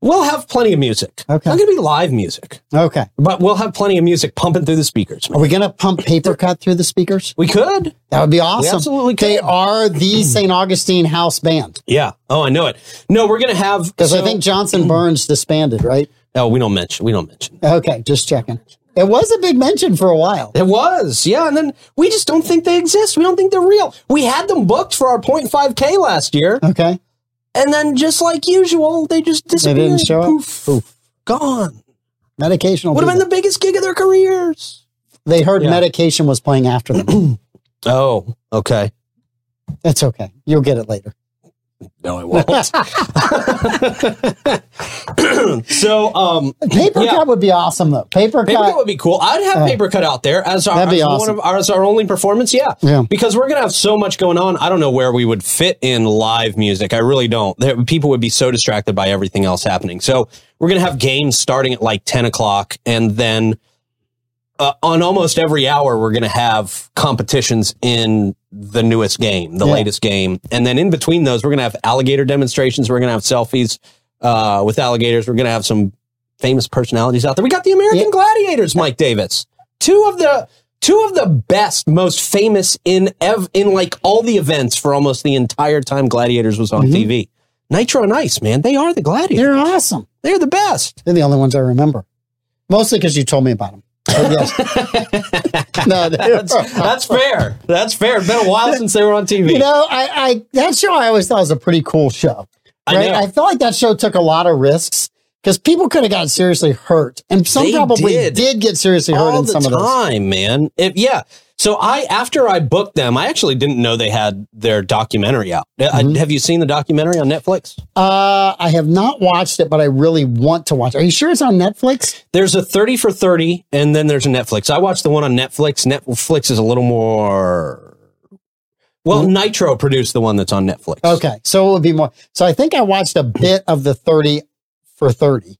Speaker 2: We'll have plenty of music.
Speaker 1: Okay.
Speaker 2: Not going to be live music,
Speaker 1: Okay.
Speaker 2: but we'll have plenty of music pumping through the speakers. man.
Speaker 1: Are we going to pump paper cut through the speakers?
Speaker 2: We could.
Speaker 1: That would be awesome.
Speaker 2: absolutely
Speaker 1: They
Speaker 2: could.
Speaker 1: are the St. Augustine house band
Speaker 2: Yeah. Oh, I know it. No, we're going to have.
Speaker 1: because I
Speaker 2: so-
Speaker 1: think Johnson Burns disbanded, right?
Speaker 2: Oh, we don't mention. We don't mention.
Speaker 1: Okay, just checking. It was a big mention for a while.
Speaker 2: It was, yeah. And then we just don't think they exist. We don't think they're real. We had them booked for our 0.5K last year,
Speaker 1: Okay.
Speaker 2: and then just like usual, they just disappeared.
Speaker 1: didn't show up?
Speaker 2: Poof,
Speaker 1: Poof.
Speaker 2: Gone.
Speaker 1: Medication will
Speaker 2: Would
Speaker 1: do
Speaker 2: have been
Speaker 1: that.
Speaker 2: the biggest gig of their careers.
Speaker 1: They heard
Speaker 2: Yeah.
Speaker 1: medication was playing after
Speaker 2: <clears throat>
Speaker 1: them.
Speaker 2: Oh, okay.
Speaker 1: That's okay. You'll get it
Speaker 2: <laughs>
Speaker 1: later.
Speaker 2: No, I <laughs> won't. so, um,
Speaker 1: Paper
Speaker 2: Yeah.
Speaker 1: cut would be awesome though. Paper
Speaker 2: paper cut
Speaker 1: cut.
Speaker 2: would be cool. I'd have paper cut out there as our
Speaker 1: That'd be
Speaker 2: as one
Speaker 1: awesome.
Speaker 2: of our, as our only performance. Yeah,
Speaker 1: Yeah.
Speaker 2: because we're gonna have so much going on. I don't know where we would fit in live music. I really don't. There, people would be so distracted by everything else happening. So we're gonna have games starting at like ten o'clock, and then uh, on almost every hour we're gonna have competitions in the newest game, the
Speaker 1: Yeah.
Speaker 2: latest game, and then in between those we're gonna have alligator demonstrations. We're gonna have selfies uh, with alligators. We're gonna have some famous personalities out there. We got the American
Speaker 1: Yeah.
Speaker 2: Gladiators, Mike Davis. Two of the two of the best, most famous in ev- in like all the events for almost the entire time Gladiators was
Speaker 1: Mm-hmm.
Speaker 2: on TV. Nitro and Ice, man, they are the Gladiators.
Speaker 1: They're awesome.
Speaker 2: They're the best.
Speaker 1: They're the only ones I remember. Mostly because you told me about them. But
Speaker 2: <laughs>
Speaker 1: yes. no, that's, <laughs>
Speaker 2: That's fair. That's fair. It's been a while since they were on TV.
Speaker 1: You know, I, I that show I always thought was a pretty cool show.
Speaker 2: I know.
Speaker 1: I felt like that show took a lot of risks because people could have gotten seriously hurt, and some
Speaker 2: They
Speaker 1: probably
Speaker 2: did.
Speaker 1: did. get seriously hurt
Speaker 2: all
Speaker 1: in
Speaker 2: the
Speaker 1: some
Speaker 2: time,
Speaker 1: of those.
Speaker 2: man. If yeah. So I after I booked them, I actually didn't know they had their documentary out. Uh, I-
Speaker 1: Mm-hmm.
Speaker 2: have you seen the documentary on Netflix?
Speaker 1: Uh, I have not watched it, but I really want to watch. it. Are you sure it's on Netflix?
Speaker 2: There's a 30 for 30, and then there's a Netflix. I watched the one on Netflix. Netflix is a little more. Well, Nitro produced the one that's on Netflix.
Speaker 1: Mm-hmm. Okay, so it would be more. So I think I watched a bit of the thirty for thirty.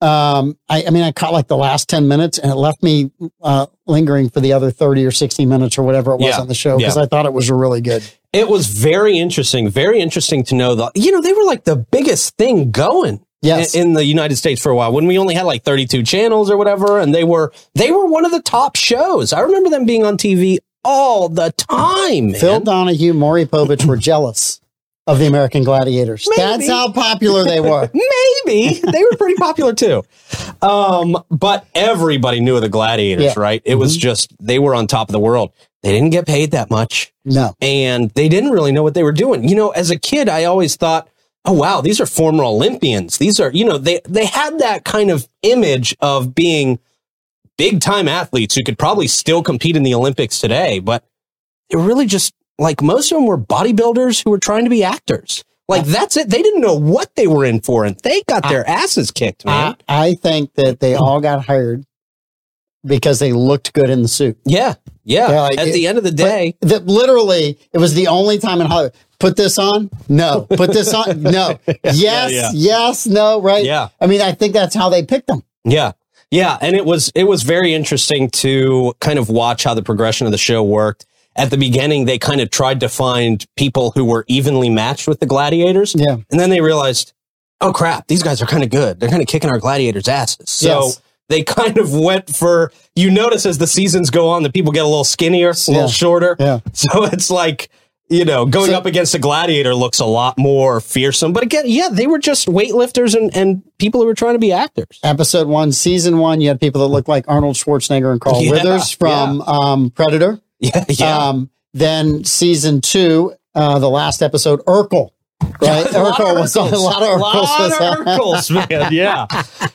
Speaker 1: Um, I, I mean, I caught like the last ten minutes, and it left me uh, lingering for the other thirty or sixty minutes or whatever it was
Speaker 2: Yeah,
Speaker 1: on the show because I thought it was really good.
Speaker 2: It was very interesting. Very interesting to know the. You know, they were like the biggest thing going.
Speaker 1: Yes.
Speaker 2: i- In the United States for a while, when we only had like 32 channels or whatever, and they were they were one of the top shows. I remember them being on TV all the time. Man.
Speaker 1: Phil Donahue, Maury Povich were jealous of the American Gladiators.
Speaker 2: Maybe.
Speaker 1: That's how popular they were.
Speaker 2: maybe they were pretty popular too um but everybody knew of the gladiators
Speaker 1: Yeah.
Speaker 2: right it was just they were on top of the world they didn't get paid that much <laughs>
Speaker 1: No.
Speaker 2: and they didn't really know what they were doing you know as a kid i always thought oh wow these are former olympians these are you know they they had that kind of image of being big time athletes who could probably still compete in the olympics today but they were really just like most of them were bodybuilders who were trying to be actors Like that's it. They didn't know what they were in for, and they got their asses kicked, man.
Speaker 1: I, I think that they all got hired because they looked good in the suit.
Speaker 2: yeah, yeah.
Speaker 1: Yeah, like,
Speaker 2: At
Speaker 1: it-
Speaker 2: the end of the day,
Speaker 1: That literally, it was the only time in Hollywood. Put this on? No. Put this
Speaker 2: <laughs>
Speaker 1: on? No. Yes.
Speaker 2: yeah.
Speaker 1: Yes. No. Right.
Speaker 2: Yeah.
Speaker 1: I mean, I think that's how they picked them.
Speaker 2: Yeah. Yeah, and it was it was very interesting to kind of watch how the progression of the show worked. At the beginning, they kind of tried to find people who were evenly matched with the gladiators.
Speaker 1: Yeah.
Speaker 2: And then they realized, "Oh crap, these guys are kind of good. They're kind of kicking our gladiators asses." So
Speaker 1: Yes.
Speaker 2: They kind of went for you notice as the seasons go on that people get a little skinnier, a little
Speaker 1: Yeah.
Speaker 2: shorter.
Speaker 1: Yeah.
Speaker 2: <laughs> So it's like, you know, going
Speaker 1: So-
Speaker 2: up against a gladiator looks a lot more fearsome. But again, yeah, they were just weightlifters and, and people who were trying to be actors.
Speaker 1: Episode one, season one, you had people that looked like Arnold Schwarzenegger and Carl
Speaker 2: Yeah,
Speaker 1: Withers from um, Predator.
Speaker 2: <laughs> Yeah, yeah.
Speaker 1: Um, then season two, uh, the last episode, Urkel. Right?
Speaker 2: <laughs> A lot
Speaker 1: Urkel
Speaker 2: of
Speaker 1: was on a
Speaker 2: Urkels.
Speaker 1: lot of Urkels. was
Speaker 2: Lot
Speaker 1: on.
Speaker 2: of <laughs> Urkels,
Speaker 1: <laughs>
Speaker 2: man. Yeah.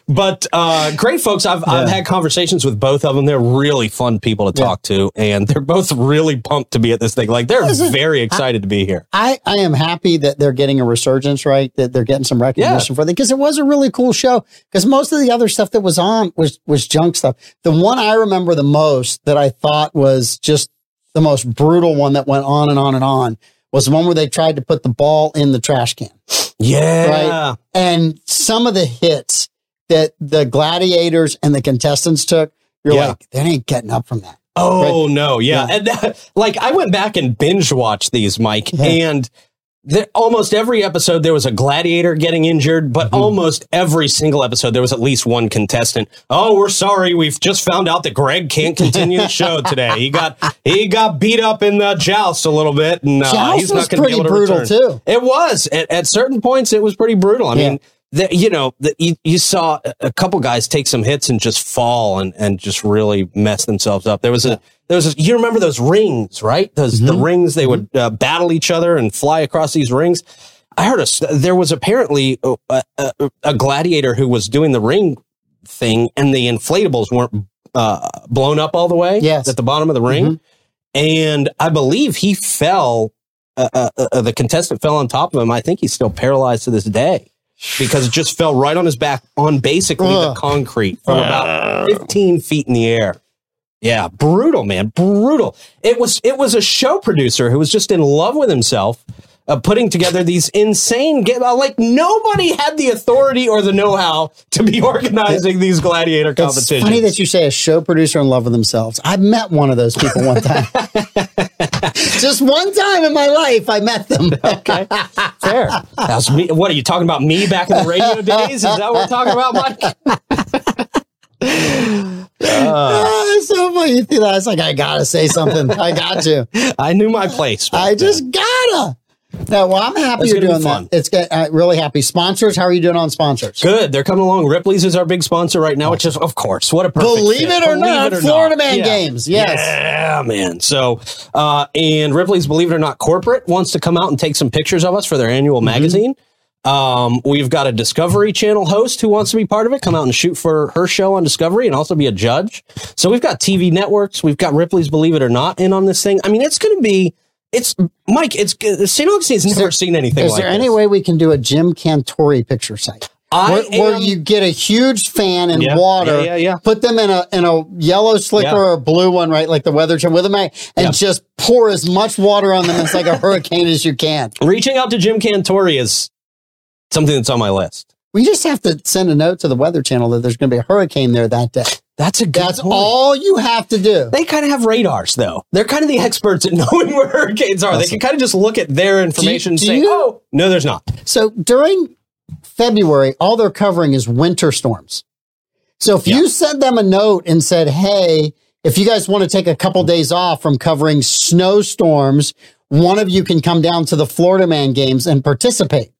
Speaker 2: But uh, great folks. I've, I've
Speaker 1: Yeah.
Speaker 2: had conversations with both of them. They're really fun people to talk to, and they're both really pumped to be at this thing. Like, they're
Speaker 1: Listen,
Speaker 2: very excited to be here.
Speaker 1: I, I am happy that they're getting a resurgence, right? That they're getting some recognition for it because it was a really cool show. Because most of the other stuff that was on was was junk stuff. The one I remember the most that I thought was just the most brutal one that went on and on and on was the one where they tried to put the ball in the trash can.
Speaker 2: Yeah.
Speaker 1: And some of the hits that the gladiators and the contestants took, you're
Speaker 2: Yeah.
Speaker 1: like, they ain't getting up from that.
Speaker 2: Oh, no. Yeah.
Speaker 1: Yeah.
Speaker 2: And that, like, I went back and binge watched these, Mike,
Speaker 1: Yeah.
Speaker 2: and the, almost every episode there was a gladiator getting injured, but
Speaker 1: Mm-hmm.
Speaker 2: almost every single episode there was at least one contestant. Oh, we're sorry, we've just found out that Greg can't continue
Speaker 1: <laughs>
Speaker 2: the show today. He got he got beat up in the joust a little bit, and uh,
Speaker 1: Joust
Speaker 2: he's
Speaker 1: was
Speaker 2: not going to
Speaker 1: pretty
Speaker 2: be able to
Speaker 1: brutal
Speaker 2: return.
Speaker 1: too.
Speaker 2: It was at, at certain points. It was pretty brutal. I
Speaker 1: Yeah.
Speaker 2: mean, the, you know, the, you, you saw a- a couple guys take some hits and just fall and, and just really mess themselves up. There was a there was a, you remember those rings, right? Those the
Speaker 1: Mm-hmm.
Speaker 2: rings they would uh, battle each other and fly across these rings. I heard a st- there was apparently a, a, a gladiator who was doing the ring thing, and the inflatables weren't uh, blown up all the way
Speaker 1: Yes. Mm-hmm.
Speaker 2: at the bottom of the ring, and I believe he fell uh, uh, uh, the contestant fell on top of him. I think he's still paralyzed to this day because it just fell right on his back on basically
Speaker 1: Ugh.
Speaker 2: the concrete from about 15 feet in the air. Yeah, brutal, man, brutal. It was it was a show producer who was just in love with himself, uh, putting together these insane ga- uh, like nobody had the authority or the know how to be organizing these gladiator
Speaker 1: It's funny
Speaker 2: competitions.
Speaker 1: that you say a show producer in love with themselves. I met one of those people one time.
Speaker 2: <laughs>
Speaker 1: Just one time in my life, I met them. <laughs>
Speaker 2: Okay, fair. That was me. What are you talking about? Me back in the radio days? Is that what we're talking about, Mike?
Speaker 1: Ah, it's so funny. You think that. It's like, I gotta say something. I got to.
Speaker 2: I knew my place.
Speaker 1: I just gotta. No, well, I'm happy
Speaker 2: That's
Speaker 1: you're
Speaker 2: gonna
Speaker 1: doing
Speaker 2: be
Speaker 1: that.
Speaker 2: fun.
Speaker 1: It's good. Uh, really happy. Sponsors, how are you doing on sponsors?
Speaker 2: Good. They're coming along. Ripley's is our big sponsor right now, which is, of course, what a perfect
Speaker 1: Believe it
Speaker 2: fit.
Speaker 1: or
Speaker 2: Believe
Speaker 1: not, Florida
Speaker 2: not.
Speaker 1: Man
Speaker 2: Yeah.
Speaker 1: games. Yes.
Speaker 2: Yeah, man. So, uh, and Ripley's, believe it or not, corporate wants to come out and take some pictures of us for their annual
Speaker 1: Mm-hmm.
Speaker 2: magazine. Um, we've got a Discovery Channel host who wants to be part of it, come out and shoot for her show on Discovery and also be a judge. So we've got TV networks, we've got Ripley's Believe It or Not in on this thing. I mean, it's going to be, it's, Mike, it's, St. Augustine's never seen anything
Speaker 1: Is
Speaker 2: like
Speaker 1: there
Speaker 2: this.
Speaker 1: any way we can do a Jim Cantori picture site?
Speaker 2: I
Speaker 1: Where, where
Speaker 2: am-
Speaker 1: you get a huge fan in
Speaker 2: Yeah,
Speaker 1: water,
Speaker 2: yeah, yeah, yeah.
Speaker 1: put them in a in a yellow slicker
Speaker 2: Yeah.
Speaker 1: or a blue one, right, like the weather channel with them, and just pour as much water on them as like a hurricane as you can.
Speaker 2: reaching out to Jim Cantori is something that's on my list.
Speaker 1: We just have to send a note to the weather channel that there's going to be a hurricane there that day.
Speaker 2: That's a good
Speaker 1: That's all you have to do.
Speaker 2: They kind of have radars, though. They're kind of the experts at <laughs> knowing where hurricanes are. They can kind of just look at their information
Speaker 1: do
Speaker 2: and say,
Speaker 1: you-
Speaker 2: "Oh, no, there's not."
Speaker 1: So during February, all they're covering is winter storms. So if you sent them a note and said, Hey, if you guys want to take a couple days off from covering snowstorms, one of you can come down to the Florida Man games and participate.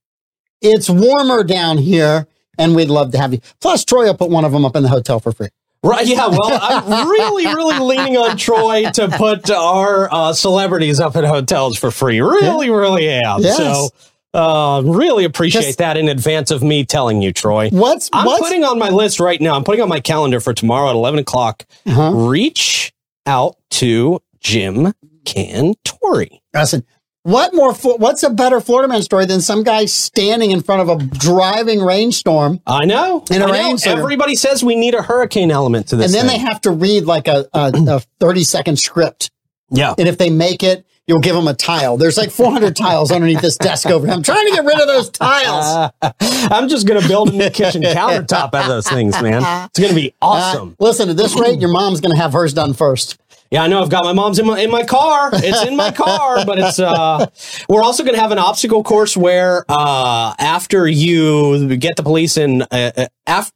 Speaker 1: It's warmer down here and we'd love to have you. Plus, Troy will put one of them up in the hotel for free.
Speaker 2: Right? Yeah. Well, I'm
Speaker 1: <laughs>
Speaker 2: really, really leaning on Troy to put our uh, celebrities up at hotels for free. Really, really am.
Speaker 1: Yes.
Speaker 2: So, uh, really appreciate
Speaker 1: Just-
Speaker 2: that in advance of me telling you, Troy.
Speaker 1: What's,
Speaker 2: I'm
Speaker 1: what's,
Speaker 2: putting on my list right now. I'm putting on my calendar for tomorrow at 11 o'clock.
Speaker 1: Uh-huh.
Speaker 2: Reach out to Jim Cantori.
Speaker 1: Listen, What more? Flo- What's a better Florida man story than some guy standing in front of a driving rainstorm,
Speaker 2: I know.
Speaker 1: In a
Speaker 2: I know.
Speaker 1: rain center.
Speaker 2: Everybody says we need a hurricane element to this.
Speaker 1: and then they
Speaker 2: thing.
Speaker 1: have to read like a,
Speaker 2: <clears throat>
Speaker 1: a, a thirty second script,
Speaker 2: yeah.
Speaker 1: and if they make it, you'll give them a tile. There's like four hundred tiles underneath this desk over. here. I'm trying to get rid of those tiles.
Speaker 2: Uh, <laughs> I'm just gonna build a new
Speaker 1: <laughs>
Speaker 2: kitchen countertop out of those things, man. It's gonna be awesome.
Speaker 1: Uh, listen, at this rate, your mom's going to have hers done first.
Speaker 2: Yeah, I know. I've got my mom's in my in my car. It's in my car, but it's uh we're also going to have an obstacle course where uh after you get the police in uh, after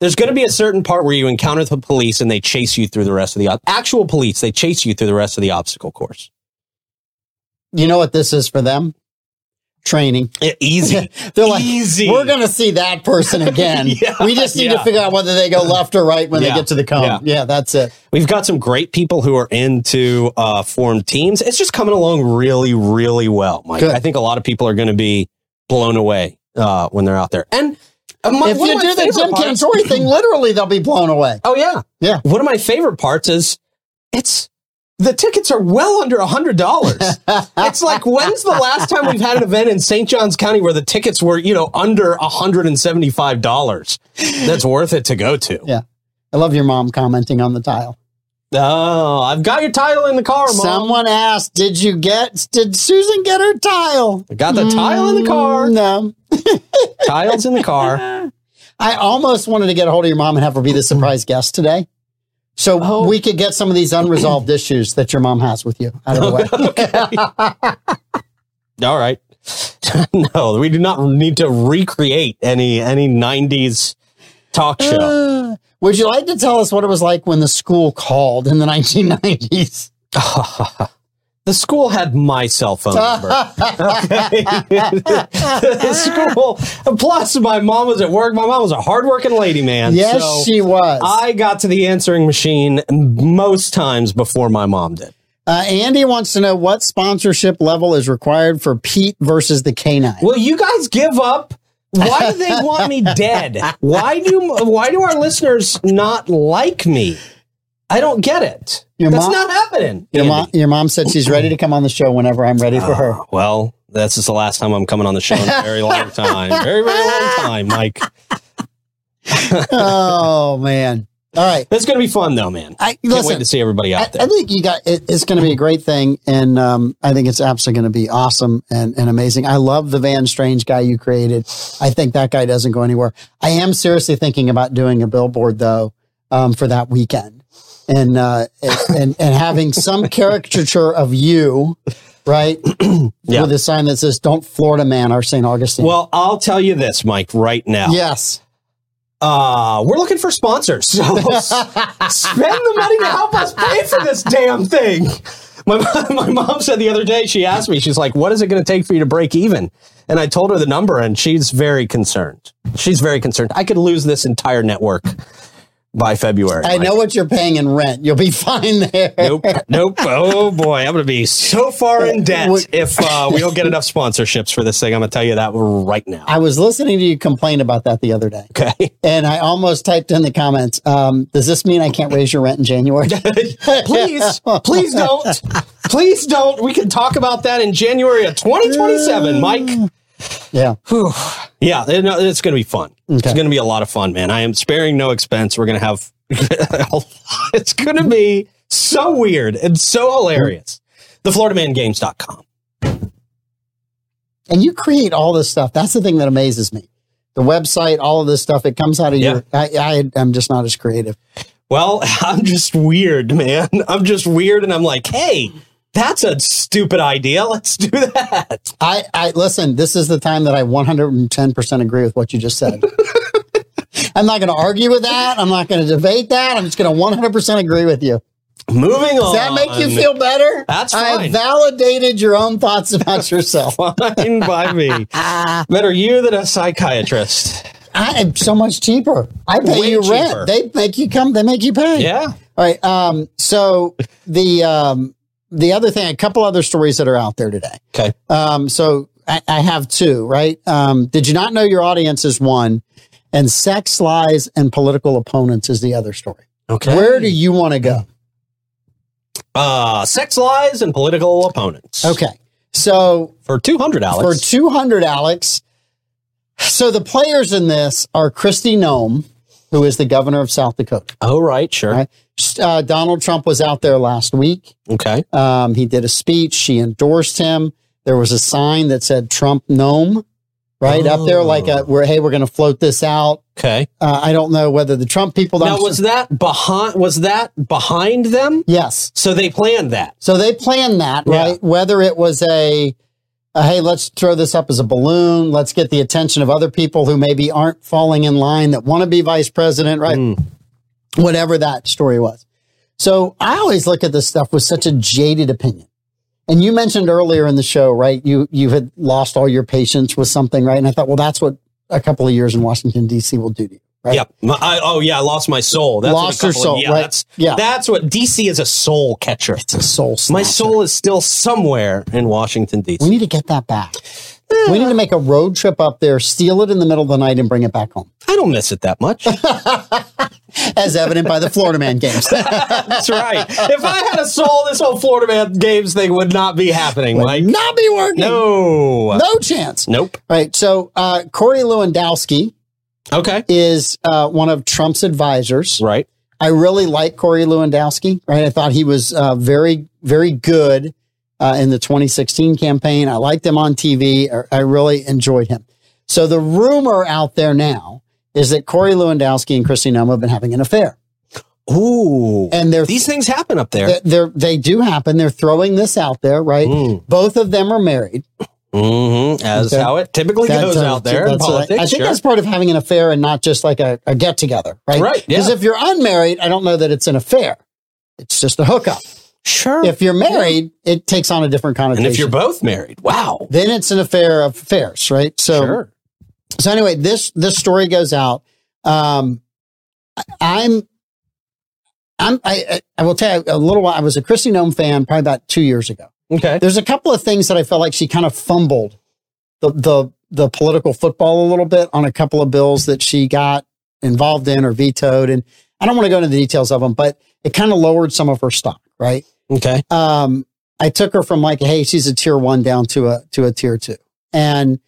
Speaker 2: there's going to be a certain part where you encounter the police and they chase you through the rest of the ob- actual police. They chase you through the rest of the obstacle course.
Speaker 1: You know what this is for them? Training.
Speaker 2: E- <laughs> Easy,
Speaker 1: They're like,
Speaker 2: easy.
Speaker 1: we're going to see that person again.
Speaker 2: <laughs> Yeah,
Speaker 1: we just need to
Speaker 2: yeah.
Speaker 1: figure out whether they go left or right when
Speaker 2: Yeah,
Speaker 1: they get to the cone.
Speaker 2: yeah.
Speaker 1: Yeah, that's it.
Speaker 2: We've got some great people who are into uh, formed teams. It's just coming along really, really well, Mike.
Speaker 1: Good.
Speaker 2: I think a lot of people are going to be blown away uh, when they're out there. And uh, my,
Speaker 1: if
Speaker 2: one
Speaker 1: you
Speaker 2: of my
Speaker 1: do the
Speaker 2: favorite
Speaker 1: Jim
Speaker 2: parts-
Speaker 1: Cantori thing, literally they'll be blown away. <laughs>
Speaker 2: oh yeah,
Speaker 1: Yeah.
Speaker 2: One of my favorite parts is it's the tickets are well under a hundred dollars.
Speaker 1: <laughs>
Speaker 2: it's like when's the last time we've had an event in St. Johns County where the tickets were you know under hundred and seventy five dollars? That's worth it to go to.
Speaker 1: Yeah. I love your mom commenting on the tile.
Speaker 2: Oh, I've got your title in the car, mom.
Speaker 1: Someone asked, "Did you get? Did Susan get her tile?"
Speaker 2: I got the tile in the car.
Speaker 1: Mm, No,
Speaker 2: Tiles in
Speaker 1: <laughs>
Speaker 2: the car.
Speaker 1: I almost wanted to get a hold of your mom and have her be the surprise guest today. So
Speaker 2: Oh.
Speaker 1: we could get some of these unresolved issues that your mom has with you out of the way.
Speaker 2: <laughs> All right. <laughs> no, we do not need to recreate any any '90s talk show.
Speaker 1: Uh,
Speaker 2: <laughs>
Speaker 1: <laughs> Would you like to tell us what it was like when the school called in the <laughs> 1990s?
Speaker 2: the school had my cell
Speaker 1: <laughs>
Speaker 2: phone number. Okay? <laughs> the school. Plus, my mom was at work. My mom was a hardworking lady, man.
Speaker 1: yes,
Speaker 2: So
Speaker 1: she was.
Speaker 2: I got to the answering machine most times before my mom did.
Speaker 1: uh, Andy wants to know what sponsorship level is required for Pete versus the canine.
Speaker 2: Will you guys give up? Why do they want me dead? Why do why do our listeners not like me? I don't get it.
Speaker 1: Your
Speaker 2: that's
Speaker 1: mom-
Speaker 2: not happening.
Speaker 1: Your,
Speaker 2: Andy.
Speaker 1: mom, your mom said she's ready to come on the show whenever I'm ready for her.
Speaker 2: Oh, well, this is the last time I'm coming on the show in a very
Speaker 1: <laughs>
Speaker 2: long time. Very, very long time, Mike.
Speaker 1: oh, man. All right.
Speaker 2: It's going to be fun, though, man.
Speaker 1: I,
Speaker 2: Can't
Speaker 1: listen,
Speaker 2: wait to see everybody
Speaker 1: I,
Speaker 2: out
Speaker 1: I
Speaker 2: there.
Speaker 1: think you got it, it's going to be a great thing, and um, I think it's absolutely going to be awesome and, and amazing. I love the Van Strange guy you created. I think that guy doesn't go anywhere. I am seriously thinking about doing a billboard though um, for that weekend, and uh, and <laughs> and having some caricature of you, right, <clears throat>
Speaker 2: Yeah.
Speaker 1: with a sign that says "Don't Florida Man" or St. Augustine.
Speaker 2: Well, I'll tell you this, Mike, right now.
Speaker 1: yes,
Speaker 2: Uh, we're looking for sponsors.
Speaker 1: <laughs>
Speaker 2: So spend the money to help us pay for this damn thing. My, <laughs> mom- my mom said the other day, she asked me, she's like, what is it going to take for you to break even? And I told her the number and she's very concerned. She's very concerned. I could lose this entire network by February.
Speaker 1: I
Speaker 2: Mike.
Speaker 1: know what you're paying in rent. You'll be <laughs> fine there.
Speaker 2: nope, nope. Oh boy, I'm gonna be so far in debt
Speaker 1: Would-
Speaker 2: if uh, we don't get enough sponsorships for this thing. I'm gonna tell you that right now.
Speaker 1: I was listening to you complain about that the other day.
Speaker 2: Okay,
Speaker 1: And I almost typed in the comments, um, does this mean I
Speaker 2: <laughs>
Speaker 1: can't raise your rent in January?
Speaker 2: please, please don't, please don't. We can talk about that in January of
Speaker 1: <sighs>
Speaker 2: 2027, Mike.
Speaker 1: yeah.
Speaker 2: Yeah, it- no, it's gonna be fun. It's
Speaker 1: Okay.
Speaker 2: gonna be a lot of fun, man. I am sparing no expense. We're gonna have. <laughs> it's gonna be so weird and so hilarious. The FloridaManGames.com.
Speaker 1: And you create all this stuff. That's the thing that amazes me. The website, all of this stuff, it comes out of
Speaker 2: Yeah.
Speaker 1: your. I, I, I'm just not as creative.
Speaker 2: Well, <laughs> I'm just weird, man. I'm just weird. And I'm like, hey, that's a stupid idea. Let's do that. <laughs>
Speaker 1: I, I listen. This is the time that I 110% agree with what you just
Speaker 2: <laughs>
Speaker 1: said. I'm not going to argue with that. I'm not going to debate that. I'm just going to 100% agree with you.
Speaker 2: Moving
Speaker 1: Does
Speaker 2: on.
Speaker 1: that make you feel better?
Speaker 2: That's
Speaker 1: I
Speaker 2: fine.
Speaker 1: validated your own thoughts about yourself.
Speaker 2: fine by me? <laughs> Better you than a psychiatrist.
Speaker 1: I am so much cheaper. I pay
Speaker 2: Way
Speaker 1: you rent.
Speaker 2: cheaper.
Speaker 1: They make you come. They make you pay.
Speaker 2: <laughs> Yeah.
Speaker 1: All right. Um. So the um the other thing, a couple other stories that are out there today.
Speaker 2: Okay.
Speaker 1: Um. So I, I have two. Right. Um. Did you not know your audience is one, and sex lies and political opponents is the other story.
Speaker 2: Okay.
Speaker 1: Where do you want to go?
Speaker 2: uh, sex lies and political opponents.
Speaker 1: Okay. So
Speaker 2: for 200, Alex.
Speaker 1: for 200, Alex. So the players in this are Christy Nome, who is the governor of South Dakota.
Speaker 2: oh, right. Sure.
Speaker 1: Right. Uh, Donald Trump was out there last week.
Speaker 2: Okay.
Speaker 1: Um, he did a speech. She endorsed him. There was a sign that said Trump Nome, right up there, like
Speaker 2: Oh.
Speaker 1: a, where hey, we're going to float this out.
Speaker 2: Okay.
Speaker 1: Uh, I don't know whether the Trump people.
Speaker 2: Now, was that behind? Was that behind them?
Speaker 1: yes.
Speaker 2: So they planned that.
Speaker 1: So they planned that,
Speaker 2: Yeah.
Speaker 1: right? Whether it was a, a, hey, let's throw this up as a balloon. Let's get the attention of other people who maybe aren't falling in line that want to be vice president, right?
Speaker 2: Mm.
Speaker 1: Whatever that story was. So I always look at this stuff with such a jaded opinion. And you mentioned earlier in the show, right? You you had lost all your patience with something, right? And I thought, well, that's what a couple of years in Washington D.C. will do to you, right?
Speaker 2: Yep. My, I, oh yeah, I lost my soul. That's what a
Speaker 1: Lost your
Speaker 2: couple of-
Speaker 1: soul,
Speaker 2: yeah,
Speaker 1: right.
Speaker 2: That's,
Speaker 1: Yeah.
Speaker 2: That's what DC is a soul catcher.
Speaker 1: It's a soul.
Speaker 2: My
Speaker 1: snatcher.
Speaker 2: soul is still somewhere in Washington
Speaker 1: We
Speaker 2: DC.
Speaker 1: need to get that back. We need to make a road trip up there, steal it in the middle of the night, and bring it back home,
Speaker 2: I don't miss it that much.
Speaker 1: as evident by the Florida Man games. <laughs>
Speaker 2: That's right. If I had a soul, this whole Florida man games thing would not be happening. Like
Speaker 1: Not be working.
Speaker 2: no,
Speaker 1: No chance.
Speaker 2: nope.
Speaker 1: All Right. So uh, Corey Lewandowski
Speaker 2: Okay,
Speaker 1: is uh, one of Trump's advisors.
Speaker 2: right.
Speaker 1: I really like Corey Lewandowski. Right. I thought he was uh, very, very good uh, in the 2016 campaign. I liked him on TV. I- I really enjoyed him. So the rumor out there now is that Corey Lewandowski and Christy Noem have been having an affair.
Speaker 2: Ooh,
Speaker 1: and they're,
Speaker 2: these things happen up there.
Speaker 1: they're, they're they do happen. They're throwing this out there, right?
Speaker 2: Mm.
Speaker 1: Both of them are married.
Speaker 2: Mhm. As
Speaker 1: Okay.
Speaker 2: how it typically goes
Speaker 1: uh,
Speaker 2: out there in
Speaker 1: that's, uh,
Speaker 2: politics.
Speaker 1: I think
Speaker 2: sure.
Speaker 1: that's part of having an affair and not just like a, a get together, right?
Speaker 2: Right, yeah.
Speaker 1: Because if you're unmarried, I don't know that it's an affair. It's just a hookup.
Speaker 2: sure.
Speaker 1: If you're married, it takes on a different
Speaker 2: and
Speaker 1: connotation.
Speaker 2: if you're both married, wow.
Speaker 1: then it's an affair of affairs, right? So,
Speaker 2: sure.
Speaker 1: so anyway, this this story goes out. Um, I- I'm. I'm, I, I- I will tell you a little while. I was a Christy Nome fan probably about two years ago.
Speaker 2: Okay.
Speaker 1: there's a couple of things that I felt like she kind of fumbled the the the political football a little bit on a couple of bills that she got involved in or vetoed, and I don't want to go into the details of them, but it kind of lowered some of her stock, right?
Speaker 2: Okay.
Speaker 1: Um, I took her from like, hey, she's a tier one down to a to a tier two, and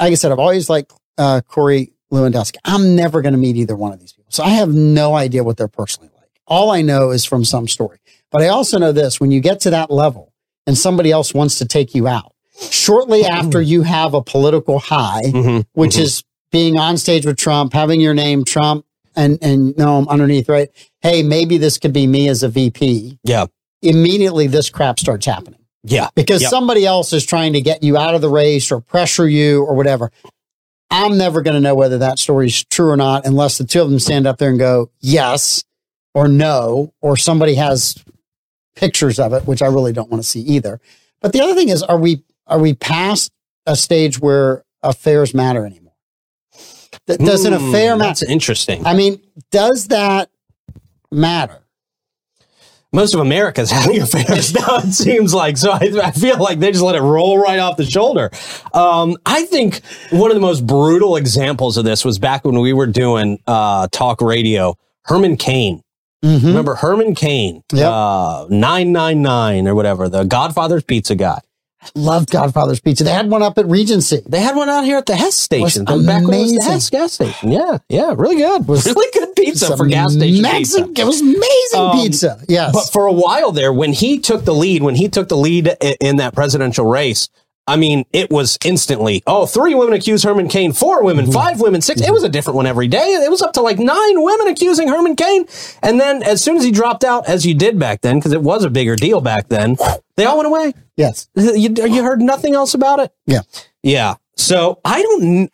Speaker 1: like I said, I've always liked uh, Corey Lewandowski. I'm never going to meet either one of these people, so I have no idea what they're personally like. All I know is from some story, but I also know this: when you get to that level and somebody else wants to take you out, shortly after you have a political high,
Speaker 2: Mhm.
Speaker 1: which
Speaker 2: Mhm.
Speaker 1: is being on stage with Trump, having your name Trump and and no, I'm underneath, right? Hey, maybe this could be me as a VP.
Speaker 2: Yeah.
Speaker 1: Immediately, this crap starts happening
Speaker 2: Yeah.
Speaker 1: because
Speaker 2: Yep.
Speaker 1: somebody else is trying to get you out of the race or pressure you or whatever. I'm never going to know whether that story is true or not unless the two of them stand up there and go yes or no, or somebody has pictures of it, which I really don't want to see either. But the other thing is, are we are we past a stage where affairs matter anymore? Th- Does an
Speaker 2: Hmm,
Speaker 1: affair
Speaker 2: That's
Speaker 1: matter?
Speaker 2: interesting.
Speaker 1: I mean, does that matter?
Speaker 2: Most of America's <laughs> having
Speaker 1: <laughs>
Speaker 2: affairs now. It seems like so. I, I feel like they just let it roll right off the shoulder. Um, I think one of the most brutal examples of this was back when we were doing uh, talk radio. Herman Cain.
Speaker 1: Mm-hmm.
Speaker 2: Remember Herman Cain?
Speaker 1: Yep.
Speaker 2: Uh, 999 or whatever, the Godfather's Pizza guy.
Speaker 1: Loved Godfather's Pizza. They had one up at Regency.
Speaker 2: They had one out here at the Hess station.
Speaker 1: Was
Speaker 2: back when it was the
Speaker 1: amazing.
Speaker 2: Hess gas station. Yeah, yeah, really good. <laughs>
Speaker 1: Was-
Speaker 2: really good pizza for gas station pizza.
Speaker 1: Mexican- It was amazing
Speaker 2: Um,
Speaker 1: pizza. Yes.
Speaker 2: But for a while there, when he took the lead, when he took the lead i- in that presidential race, I mean, it was instantly, oh, three women accuse Herman Cain, four women, five women, 6 It was a different one every day. It was up to like nine women accusing Herman Cain. And then as soon as he dropped out, as you did back then, because it was a bigger deal back then, they all went away.
Speaker 1: yes.
Speaker 2: You, you heard nothing else about it?
Speaker 1: Yeah.
Speaker 2: Yeah. So I don't kn-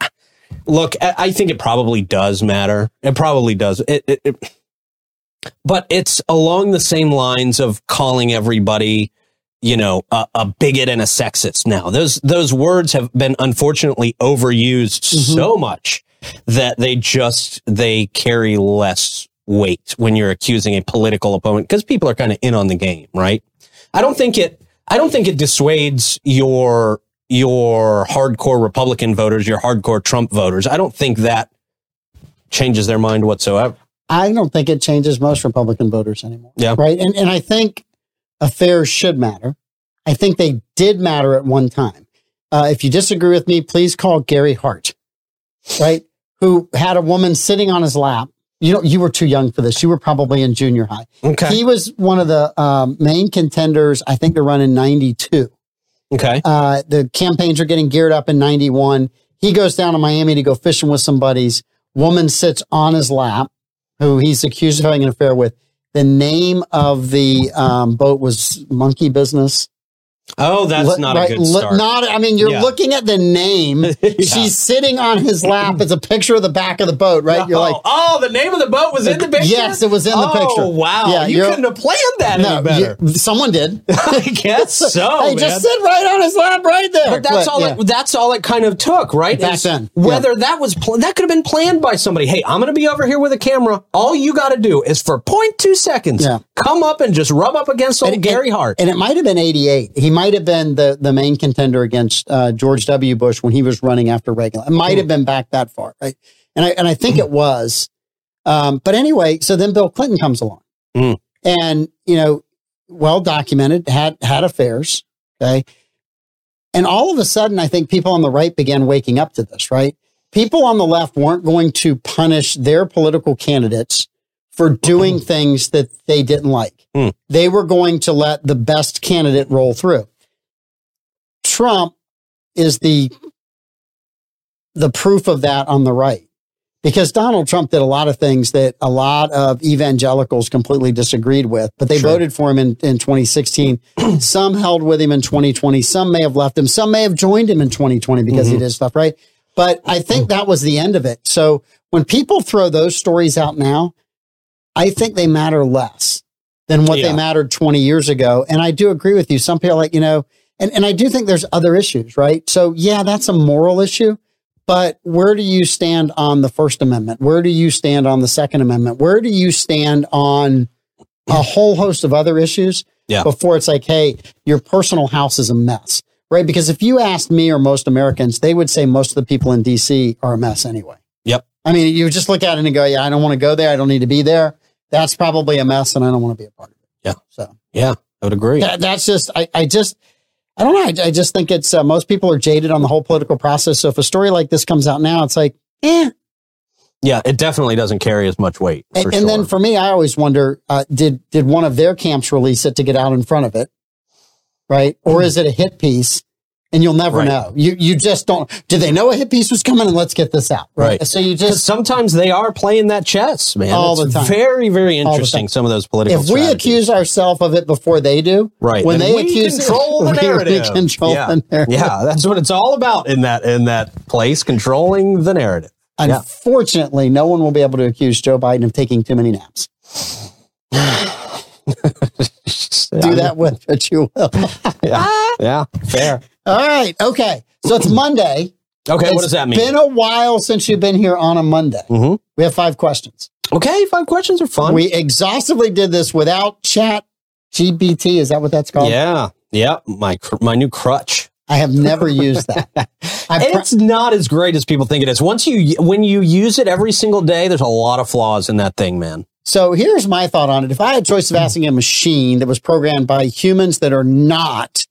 Speaker 2: look. I, I think it probably does matter. It probably does. It, it, it, but it's along the same lines of calling everybody, you know, a, a bigot and a sexist. Now those those words have been unfortunately overused so much that they just they carry less weight when you're accusing a political opponent because people are kind of in on the game, right? I don't think it. I don't think it dissuades your your hardcore Republican voters, your hardcore Trump voters. I don't think that changes their mind whatsoever.
Speaker 1: I don't think it changes most Republican voters anymore.
Speaker 2: Yeah.
Speaker 1: Right. And and I think affairs should matter. I think they did matter at one time. Uh, if you disagree with me, please call Gary Hart, right? Who had a woman sitting on his lap. You know, you were too young for this. You were probably in junior high.
Speaker 2: Okay.
Speaker 1: He was one of the um, main contenders. I think to run in 92.
Speaker 2: Okay.
Speaker 1: Uh, the campaigns are getting geared up in 91. He goes down to Miami to go fishing with some buddies. Woman sits on his lap, who he's accused of having an affair with. The name of the um, boat was Monkey Business.
Speaker 2: Oh, that's
Speaker 1: Look-
Speaker 2: not
Speaker 1: right,
Speaker 2: a good
Speaker 1: look-
Speaker 2: start.
Speaker 1: Not, I mean, you're
Speaker 2: Yeah.
Speaker 1: looking at the name.
Speaker 2: <laughs> Yeah.
Speaker 1: She's sitting on his lap. It's a picture of the back of the boat, right? You're
Speaker 2: oh,
Speaker 1: like,
Speaker 2: oh, the name of the boat was in the picture.
Speaker 1: Yes, it was in the
Speaker 2: oh,
Speaker 1: picture.
Speaker 2: Wow,
Speaker 1: Yeah,
Speaker 2: you
Speaker 1: you're-
Speaker 2: couldn't have planned that
Speaker 1: no,
Speaker 2: any better. <laughs>
Speaker 1: you- someone did.
Speaker 2: I guess
Speaker 1: <laughs>
Speaker 2: so.
Speaker 1: hey,
Speaker 2: man.
Speaker 1: just sit right on his lap, right there.
Speaker 2: but that's all.
Speaker 1: yeah.
Speaker 2: It, that's all it kind of took, right?
Speaker 1: Back
Speaker 2: Is
Speaker 1: then, yeah.
Speaker 2: whether that was pl- that could have been planned by somebody. Hey, I'm going to be over here with a camera. All you got to do is for 0.2 seconds,
Speaker 1: Yeah.
Speaker 2: come up and just rub up against old
Speaker 1: And-
Speaker 2: Gary Hart.
Speaker 1: And it might have been 88. He might have been the, the main contender against uh, George W. Bush when he was running after Reagan. It might have been back that far, right? And I, and I
Speaker 2: Mm.
Speaker 1: think it was. Um, but anyway, so then Bill Clinton comes along
Speaker 2: Mm.
Speaker 1: and, you know, well documented, had, had affairs. Okay. And all of a sudden, I think people on the right began waking up to this, right? People on the left weren't going to punish their political candidates for
Speaker 2: <clears throat>
Speaker 1: doing things that they didn't like.
Speaker 2: Hmm.
Speaker 1: They were going to let the best candidate roll through. Trump is the the proof of that on the right. Because Donald Trump did a lot of things that a lot of evangelicals completely disagreed with, but they
Speaker 2: Sure.
Speaker 1: voted for him in, in 2016. some held with him in 2020. Some may have left him. Some may have joined him in 2020 because he did stuff, right? But I think that was the end of it. So when people throw those stories out now, I think they matter less than what
Speaker 2: Yeah.
Speaker 1: they mattered 20 years ago. And I do agree with you. Some people are like, you know, and, and I do think there's other issues, right? So yeah, that's a moral issue, but where do you stand on the first amendment? Where do you stand on the second amendment? Where do you stand on a whole host of other issues
Speaker 2: Yeah.
Speaker 1: before it's like, Hey, your personal house is a mess, right? Because if you asked me or most Americans, they would say most of the people in DC are a mess anyway.
Speaker 2: Yep.
Speaker 1: I mean, you just look at it and go, yeah, I don't want to go there. I don't need to be there. That's probably a mess and I don't want to be a part of it.
Speaker 2: Yeah.
Speaker 1: So
Speaker 2: I would agree.
Speaker 1: that, that's just, I, I just, I don't know. I, I just think it's, uh, most people are jaded on the whole political process. So if a story like this comes out now, it's like, eh.
Speaker 2: Yeah, it definitely doesn't carry as much weight.
Speaker 1: And,
Speaker 2: for
Speaker 1: and then
Speaker 2: sure.
Speaker 1: for me, I always wonder, uh, did, did one of their camps release it to get out in front of it? Right. Or is it a hit piece? And you'll never
Speaker 2: Hmm. Right.
Speaker 1: know. You, you just don't, did they know a hit piece was coming and let's get this out?
Speaker 2: Right.
Speaker 1: So you just,
Speaker 2: sometimes they are playing that chess, man.
Speaker 1: All
Speaker 2: It's
Speaker 1: the time.
Speaker 2: Very, very
Speaker 1: the
Speaker 2: interesting. Some of those political.
Speaker 1: if we
Speaker 2: strategies.
Speaker 1: accuse ourselves of it before they do,
Speaker 2: Right.
Speaker 1: When
Speaker 2: Then
Speaker 1: they
Speaker 2: we
Speaker 1: accuse
Speaker 2: control
Speaker 1: <laughs>
Speaker 2: the
Speaker 1: we- we
Speaker 2: narrative.
Speaker 1: control
Speaker 2: Yeah.
Speaker 1: the narrative.
Speaker 2: yeah, that's what it's all about in that in that place, controlling the narrative. Yeah.
Speaker 1: Unfortunately, no one will be able to accuse Joe Biden of taking too many
Speaker 2: <laughs>
Speaker 1: naps. <sighs> Do that with what you will. Ah.
Speaker 2: Yeah, yeah, fair.
Speaker 1: All right. Okay. So it's Monday.
Speaker 2: Okay, what
Speaker 1: It's
Speaker 2: does that mean?
Speaker 1: Been a while since you've been here on a Monday.
Speaker 2: Mhm.
Speaker 1: We have five questions.
Speaker 2: okay, five questions are fun.
Speaker 1: We exhaustively did this without chat. GBT, is that what that's called?
Speaker 2: yeah, yeah. My cr- my new crutch.
Speaker 1: I have never used
Speaker 2: <laughs>
Speaker 1: that. I pr-
Speaker 2: It's not as great as people think it is. Once you when you use it every single day, there's a lot of flaws in that thing, man.
Speaker 1: So here's my thought on it. If I had a choice
Speaker 2: Hmm.
Speaker 1: of asking a machine that was programmed by humans that are not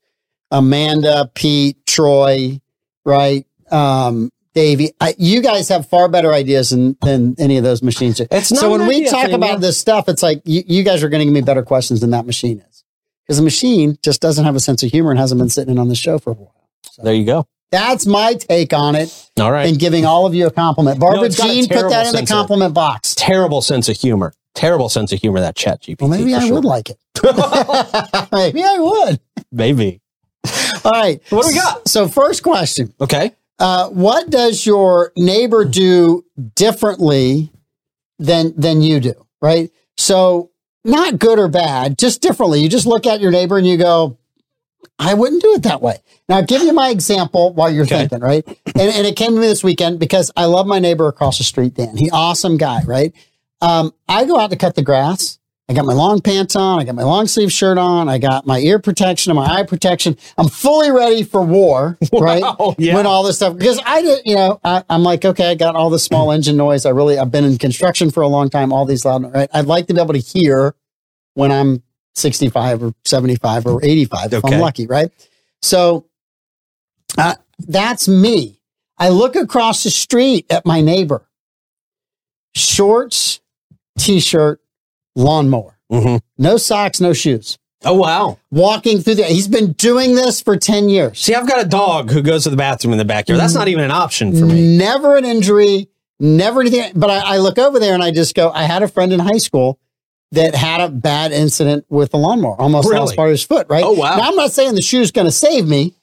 Speaker 1: Amanda, Pete, Troy, right, um, Davey, I, you guys have far better ideas than, than any of those machines. do.
Speaker 2: It's not
Speaker 1: so
Speaker 2: an
Speaker 1: when we
Speaker 2: idea
Speaker 1: talk
Speaker 2: thing,
Speaker 1: about
Speaker 2: yeah.
Speaker 1: this stuff, it's like you, you guys are going to give me better questions than that machine is. Because the machine just doesn't have a sense of humor and hasn't been sitting in on the show for a while.
Speaker 2: There you go.
Speaker 1: That's my take on it
Speaker 2: All right.
Speaker 1: and giving all of you a compliment. Barbara
Speaker 2: it's got a
Speaker 1: Jean put
Speaker 2: terrible
Speaker 1: that in the
Speaker 2: sense of-
Speaker 1: compliment box.
Speaker 2: Terrible sense of humor. Terrible sense of humor. That chat GPT.
Speaker 1: Well, maybe
Speaker 2: for
Speaker 1: I
Speaker 2: sure.
Speaker 1: would
Speaker 2: <laughs>
Speaker 1: like it. <laughs> maybe I would.
Speaker 2: Maybe.
Speaker 1: All right.
Speaker 2: What do we got?
Speaker 1: So, first question
Speaker 2: Okay.
Speaker 1: uh, What does your neighbor do differently than than you do? Right. So, not good or bad, just differently. You just look at your neighbor and you go, I wouldn't do it that way. Now, I'll give you my example while you're
Speaker 2: Okay.
Speaker 1: thinking, right? And, and it came to me this weekend because I love my neighbor across the street, Dan. He awesome guy, right? Um, I go out to cut the grass. I got my long pants on. I got my long sleeve shirt on. I got my ear protection and my eye protection. I'm fully ready for war, right?
Speaker 2: <laughs> yeah.
Speaker 1: When all this stuff, because I did, you know, I, I'm like, okay, I got all the small engine noise. I really, I've been in construction for a long time. All these loud, right? I'd like to be able to hear when I'm 65 or 75 or 85 if
Speaker 2: Okay.
Speaker 1: I'm lucky, right? So uh, that's me. I look across the street at my neighbor. Shorts, t-shirt, lawnmower.
Speaker 2: Mhm.
Speaker 1: No socks, no shoes.
Speaker 2: Oh wow!
Speaker 1: Walking through the he's been doing this for 10 years.
Speaker 2: See, I've got a dog who goes to the bathroom in the backyard. That's not even an option for me.
Speaker 1: Never an injury, never anything. But I, I look over there and I just go, I had a friend in high school that had a bad incident with a lawnmower, almost
Speaker 2: Really?
Speaker 1: lost part of his foot, right?
Speaker 2: Oh, wow.
Speaker 1: Now I'm not saying the shoe's gonna save me,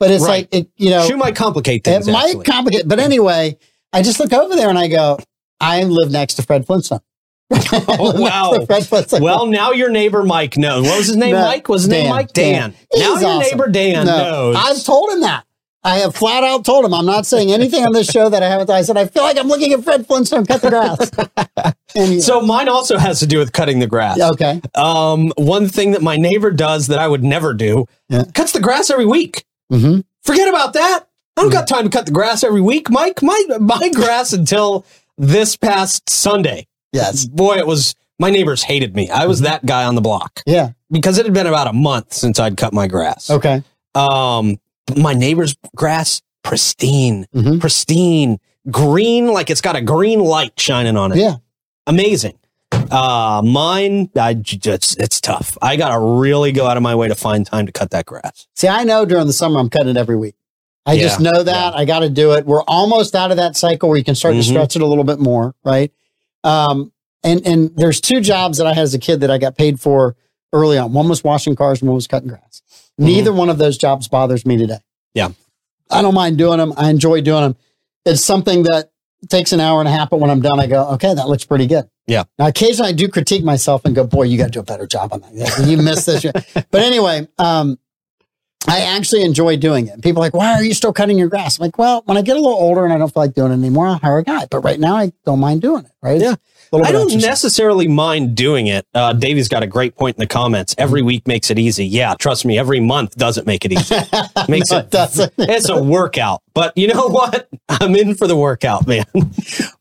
Speaker 1: but it's
Speaker 2: Right.
Speaker 1: like it, you know,
Speaker 2: Shoe might complicate
Speaker 1: It
Speaker 2: things.
Speaker 1: might
Speaker 2: actually.
Speaker 1: complicate, but anyway, I just look over there and I go, I live next to Fred Flintstone. <laughs>
Speaker 2: Oh, wow.
Speaker 1: The Fred Flintstone.
Speaker 2: well, now your neighbor Mike knows. What was his name?
Speaker 1: No,
Speaker 2: Mike was his name
Speaker 1: Dan,
Speaker 2: Mike Dan.
Speaker 1: Dan.
Speaker 2: Now
Speaker 1: He's
Speaker 2: your
Speaker 1: awesome.
Speaker 2: neighbor Dan knows.
Speaker 1: I've told him that. I have flat out told him. I'm not saying anything on this show that I haven't. I said I feel like I'm looking at Fred Flintstone cut the grass. <laughs> And he-
Speaker 2: so mine also has to do with cutting the grass.
Speaker 1: okay,
Speaker 2: Um, one thing that my neighbor does that I would never do
Speaker 1: Yeah.
Speaker 2: cuts the grass every week. Mm-hmm.
Speaker 1: Mhm.
Speaker 2: Forget about that. I
Speaker 1: Mm-hmm.
Speaker 2: don't got time to cut the grass every week, Mike. My my <laughs> grass until this past Sunday.
Speaker 1: yes,
Speaker 2: Boy, it was my neighbors hated me. I
Speaker 1: Mm-hmm.
Speaker 2: was that guy on the block
Speaker 1: yeah,
Speaker 2: because it had been about a month since I'd cut my grass.
Speaker 1: okay,
Speaker 2: Um, my neighbor's grass pristine,
Speaker 1: Mhm.
Speaker 2: pristine, green like it's got a green light shining on it.
Speaker 1: yeah.
Speaker 2: Amazing. Uh, mine, I j- j- it's, it's tough. I gotta really go out of my way to find time to cut that grass.
Speaker 1: See, I know during the summer I'm cutting it every week. I just
Speaker 2: Yeah,
Speaker 1: know that I got to do it. We're almost out of that cycle where you can start
Speaker 2: Mhm.
Speaker 1: to stretch it a little bit more, right? Um, and and there's two jobs that I had as a kid that I got paid for early on. One was washing cars, and one was cutting grass. Neither one of those jobs bothers me today.
Speaker 2: Mm-hmm. Yeah.
Speaker 1: I don't mind doing them. I enjoy doing them. It's something that takes an hour and a half, but when I'm done, I go, okay, that looks pretty good.
Speaker 2: Yeah.
Speaker 1: Now, occasionally I do critique myself and go, boy, you got to do a better job on that. You missed this. <laughs> but anyway, um, I actually enjoy doing it. People are like, why are you still cutting your grass? I'm like, well, when I get a little older and I don't feel like doing it anymore, I'll hire a guy. But right now, I don't mind doing it. Right?
Speaker 2: Yeah.
Speaker 1: A little
Speaker 2: I
Speaker 1: bit
Speaker 2: don't
Speaker 1: exercise. <laughs>
Speaker 2: necessarily mind doing it. Uh, Davey's got a great point in the comments.
Speaker 1: Mm-hmm.
Speaker 2: Every week makes it easy. Yeah, trust me, every month doesn't make
Speaker 1: <laughs>
Speaker 2: it easy. Makes
Speaker 1: No,
Speaker 2: it,
Speaker 1: it doesn't.
Speaker 2: It's a workout, but you know <laughs> what? I'm in for the workout, man. <laughs>